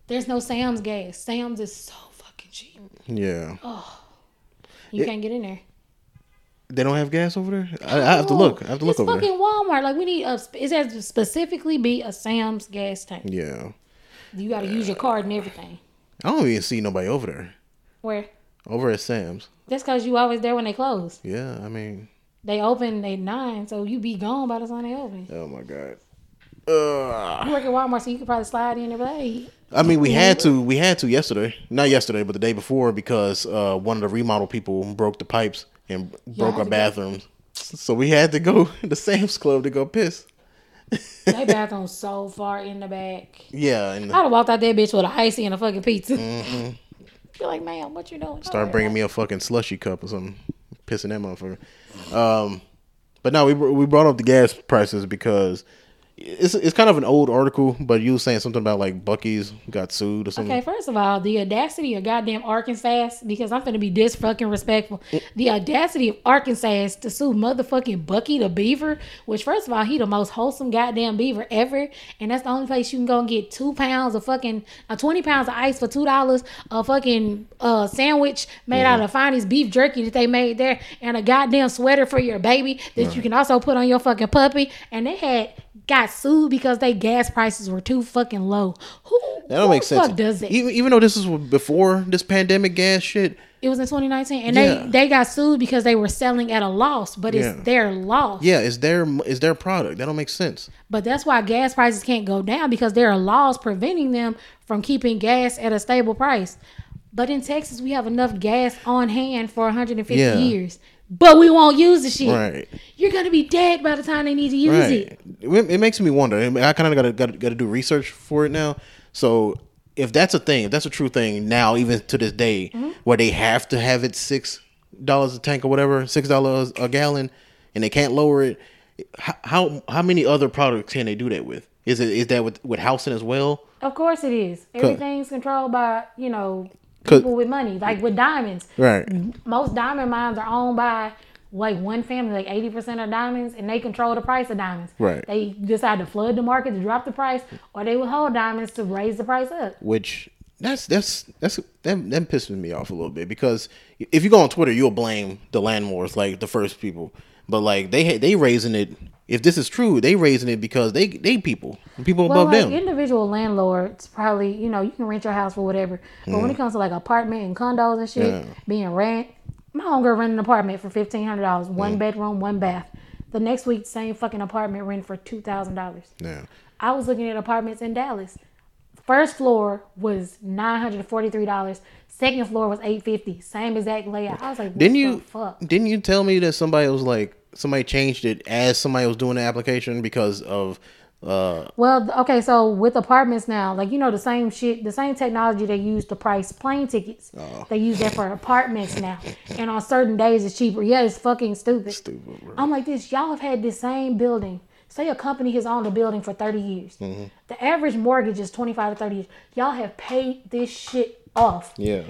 A: There's no Sam's gas. Sam's is so fucking cheap.
B: Yeah.
A: You can't get in there.
B: They don't have gas over there. I, I have to look. I have to look
A: it's
B: over
A: fucking Walmart. Like, we need a. sp- It has to specifically be a Sam's gas tank.
B: there. Yeah.
A: You got to use your card and everything.
B: I don't even see nobody over there.
A: Where?
B: Over at Sam's.
A: That's because you always there when they close.
B: Yeah. I mean.
A: They open at 9, so you be gone by the time they open.
B: Oh my god. Uh,
A: You work at Walmart, so you could probably slide in and be like, hey,
B: I mean, we had to. We had to yesterday. Not yesterday, but the day before, because uh, one of the remodel people broke the pipes and broke
A: had
B: our
A: to go.
B: bathrooms. So we had to go to Sam's Club to go piss.
A: They bathroom so far in the back.
B: Yeah, and
A: I'd have walked out that bitch with a icy and a fucking pizza. You're like, ma'am, what you doing?
B: Start bringing me a fucking slushy cup or something. Pissing that motherfucker. Um, but no, we br- we brought up the gas prices because it's it's kind of an old article, but you were saying something about like Bucky's got sued or something.
A: Okay, first of all, the audacity of goddamn Arkansas, because I'm finna be this fucking respectful. The audacity of Arkansas to sue motherfucking Bucky the Beaver, which first of all, he the most wholesome goddamn beaver ever, and that's the only place you can go and get two pounds of fucking, uh, twenty pounds of ice for two dollars, a fucking uh sandwich made out of the finest beef jerky that they made there, and a goddamn sweater for your baby that you can also put on your fucking puppy, and they had. Got sued because they gas prices were too fucking low. Who
B: That don't
A: who
B: make
A: the
B: sense.
A: Fuck does it?
B: Even even though this is before this pandemic gas shit.
A: It was in 2019, and
B: Yeah.
A: they they got sued because they were selling at a loss, but it's
B: Yeah.
A: their loss.
B: Yeah, it's their it's their product. That don't make sense.
A: But that's why gas prices can't go down because there are laws preventing them from keeping gas at a stable price. But in Texas, we have enough gas on hand for 150
B: Yeah.
A: years, but we won't use the shit.
B: Right.
A: You're gonna be dead by the time they need to use it.
B: Right. It, it makes me wonder. I, mean, I kind of got to got to got to do research for it now. So if that's a thing, if that's a true thing now, even to this day, where they have to have it six dollars a tank or whatever, six dollars a gallon, and they can't lower it. How, how how many other products can they do that with? Is it is that with with housing as well?
A: Of course it is. Everything's controlled by, you know,
B: 'Cause-
A: people with money, like with diamonds.
B: Right.
A: Most diamond mines are owned by like one family, like 80% of diamonds, and they control the price of diamonds.
B: Right.
A: They decide to flood the market to drop the price, or they will hold diamonds to raise the price up.
B: which that's that's that's that, that pisses me off a little bit because if you go on Twitter, you'll blame the landlords like the first people, but like they ha- they raising it. If this is true, they raising it because they they people people
A: Well,
B: above
A: like
B: them.
A: individual landlords, probably, you know, you can rent your house for whatever. But when
B: Mm.
A: it comes to like apartment and condos and shit, being rent, my homegirl rented an apartment for $1,500,
B: Mm.
A: one bedroom, one bath. The next week, same fucking apartment rent for $2,000.
B: yeah,
A: I was looking at apartments in Dallas. First floor was nine hundred forty three dollars. Second floor was eight fifty. Same exact layout. I was like, what
B: didn't
A: the
B: you
A: fuck?
B: didn't you tell me that somebody was like somebody changed it as somebody was doing the application because of uh
A: Well, th- okay, so with apartments now, like you know, the same shit, the same technology they use to price plane tickets.
B: Oh.
A: They use that for apartments now, and on certain days it's cheaper. Yeah, it's fucking stupid.
B: stupid. bro.
A: I'm like this. Y'all have had this same building. Say a company has owned a building for 30 years.
B: Mm-hmm.
A: The average mortgage is 25 to 30 years. Y'all have paid this shit off.
B: Yeah,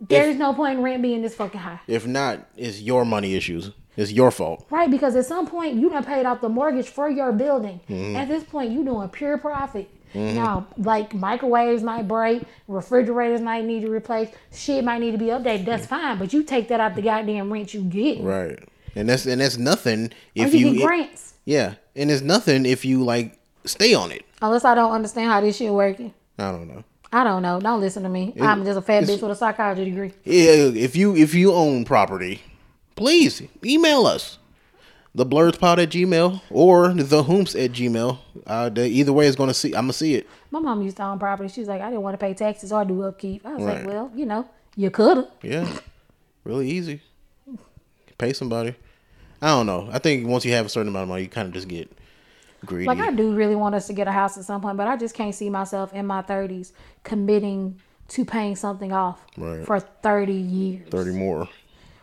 A: There's no point in rent being this fucking high.
B: if not, it's your money issues. It's your fault.
A: Right, because at some point you done paid off the mortgage for your building.
B: Mm-hmm.
A: At this point you doing pure profit. Now, like microwaves might break, refrigerators might need to replace, shit might need to be updated. That's fine, but you take that out the goddamn rent you get.
B: Right. And that's and that's nothing
A: Or
B: if
A: you,
B: you
A: get grants.
B: Yeah, and it's nothing if you like stay on it.
A: Unless I don't understand how this shit working.
B: I don't know.
A: I don't know. Don't listen to me. I'm just a fat bitch with a psychology degree.
B: Yeah, if you if you own property, please email us the blurredspod at gmail or the whomps at gmail. Uh, the, either way is gonna see. I'm gonna see it.
A: My mom used to own property. She's like, I didn't want to pay taxes or do upkeep. I was
B: Right.
A: like, well, you know, you coulda.
B: Yeah, really easy. Pay somebody. I don't know. I think once you have a certain amount of money, you kind of just get greedy.
A: Like I do really want us to get a house at some point, but I just can't see myself in my thirties committing to paying something off
B: Right.
A: for thirty years.
B: Thirty more.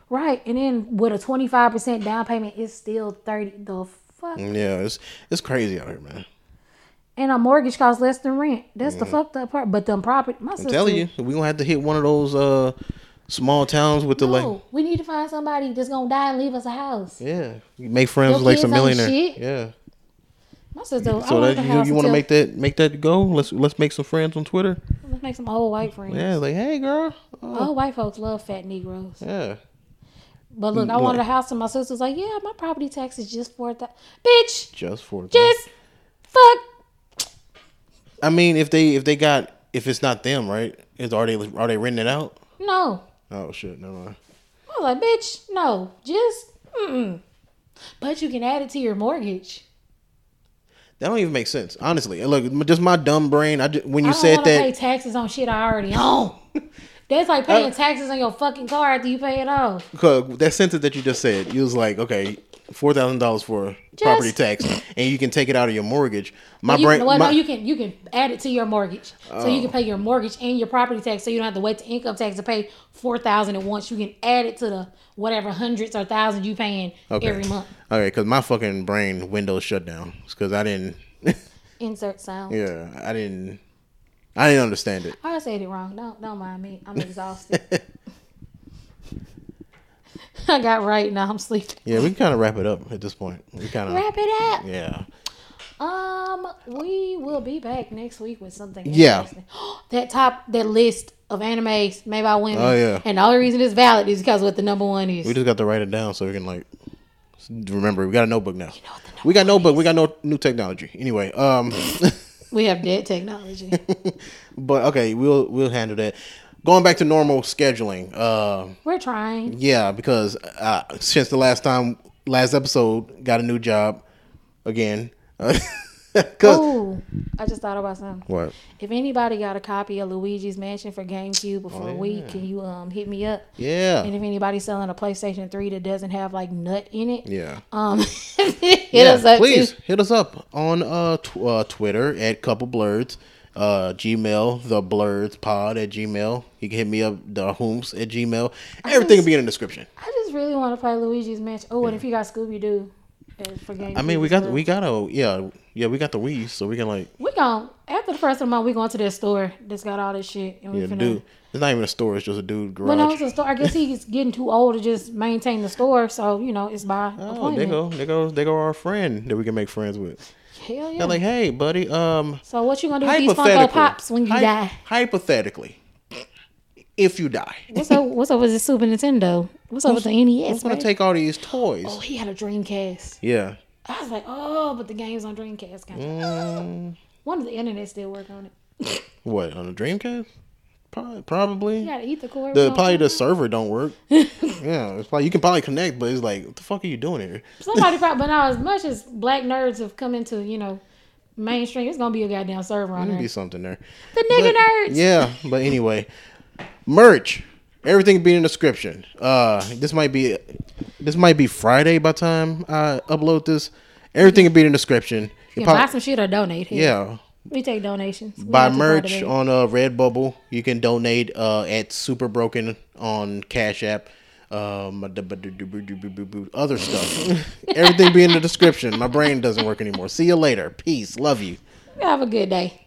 A: Right. And then with a twenty five percent down payment, it's still thirty the fuck
B: Yeah, it's it's crazy out here, man.
A: and a mortgage costs
B: Mm.
A: less than rent. That's the fucked up part. But them property my sister
B: Tell you, we gonna have to hit one of those uh small towns with the like.
A: No, oh, we need to find somebody that's gonna die and leave us a house.
B: Yeah, you make friends
A: Your
B: with like some
A: kids ain't
B: millionaire.
A: shit.
B: Yeah.
A: My sister, I
B: So
A: want
B: that
A: Oh, the
B: you,
A: house.
B: you want to
A: until-
B: make that make that go? Let's let's make some friends on Twitter.
A: Let's make some old white friends.
B: Yeah, like hey girl.
A: Old white folks love fat Negroes.
B: Yeah.
A: But
B: Mm,
A: look, I wanted a house, and my sister's like, "Yeah, my property tax is just for that, bitch.
B: Just for that.
A: Just fuck.
B: I mean, if they if they got if it's not them, right? Is are they are they renting it out?
A: No."
B: Oh shit, never mind.
A: I was like, "Bitch, no. Just mm." But you can add it to your mortgage.
B: That don't even make sense, honestly. And Look, just my dumb brain. I just, when
A: Oh,
B: you
A: I don't
B: said
A: want to
B: that,
A: pay taxes on shit I already own. That's like
B: Uh,
A: paying taxes on your fucking car after you pay it off.
B: 'cause that sentence that you just said, you was like, okay, four thousand dollars for property tax, and you can take it out of your mortgage. My
A: You,
B: brain,
A: well,
B: my, Oh.
A: no, you can you can add it to your mortgage, so you can pay your mortgage and your property tax, so you don't have to wait to income tax to pay four thousand at once. You can add it to the whatever hundreds or thousands you paying
B: okay.
A: every month.
B: All right, because my fucking brain window shut down because I didn't.
A: Insert sound.
B: yeah, I didn't. I didn't understand it.
A: I said it wrong. Don't don't mind me. I'm exhausted. I got right now. I'm sleeping.
B: Yeah, we can kind of wrap it up at this point. We kind of.
A: Wrap it up.
B: Yeah.
A: Um, we will be back next week with something.
B: Yeah.
A: interesting. that top that list of animes made by women.
B: Oh, yeah.
A: And the only reason it's valid is because what the number one is.
B: We just got to write it down so we can like s- remember. We got a notebook now. we got notebook. We got no new technology. Anyway, um,
A: we have dead technology.
B: but okay, we'll we'll handle that. Going back to normal scheduling. Uh,
A: We're trying.
B: yeah, because uh, since the last time, last episode, got a new job again. Uh, 'cause-
A: Oh, I just thought about something.
B: what?
A: If anybody got a copy of Luigi's Mansion for GameCube
B: Oh,
A: before a week, can you um hit me up? And
B: Yeah.
A: if anybody's selling a PlayStation 3 that doesn't have like nut in it,
B: Yeah.
A: um hit
B: Yeah,
A: us up
B: please
A: too.
B: hit us up on uh, tw- uh Twitter at couple blurs, uh Gmail the blurs pod at Gmail. You can hit me up the hooms at Gmail. Everything will be in the description.
A: I just really want to play Luigi's Mansion. Oh, and if you got Scooby Doo for GameCube.
B: I mean, we
A: as
B: got
A: well.
B: we got a yeah yeah we got the Wii, so we can like
A: We gon' after the first of the month, we going to this store that's got all this shit, and we
B: yeah,
A: finna.
B: dude. It's not even a store; it's just a dude
A: When I was
B: garage.
A: a store, I guess he's getting too old to just maintain the store, so you know it's by
B: Oh, there
A: appointment.
B: go, there goes, there go our friend that we can make friends with.
A: Hell yeah!
B: I'm like, hey, buddy, um,
A: so what you gonna do with these Funko
B: hypothetically,
A: Pops when you
B: hy-
A: die?
B: hypothetically, if you die,
A: What's up? What's up with the Super Nintendo? What's up with the NES?
B: who's gonna
A: bruh?
B: take all these toys?
A: oh, he had a Dreamcast.
B: Yeah,
A: I was like, oh, but the games on Dreamcast. Kind of,
B: Mm.
A: One of the internet still work on it.
B: What on a Dreamcast? Probably. probably.
A: You gotta eat the core.
B: The probably the server don't work. yeah, it's probably you can probably connect, but it's like, what the fuck are you doing here?
A: Somebody probably, but now as much as black nerds have come into you know mainstream, it's gonna be a goddamn server on
B: There'd
A: there.
B: be something there.
A: The nigga
B: Mm. But-
A: nerds.
B: Yeah, but anyway, merch. Everything be in the description. Uh, this might be, this might be Friday by the time I upload this. Everything will be in the description.
A: You
B: It prob-
A: buy some shit or donate. Hell,
B: yeah,
A: We take donations. We
B: buy
A: not too proud of
B: merch
A: that.
B: on uh, Redbubble. You can donate uh, at Super Broken on Cash App. Um, other stuff. Everything be in the description. My brain doesn't work anymore. See you later. Peace. Love you.
A: Have a good day.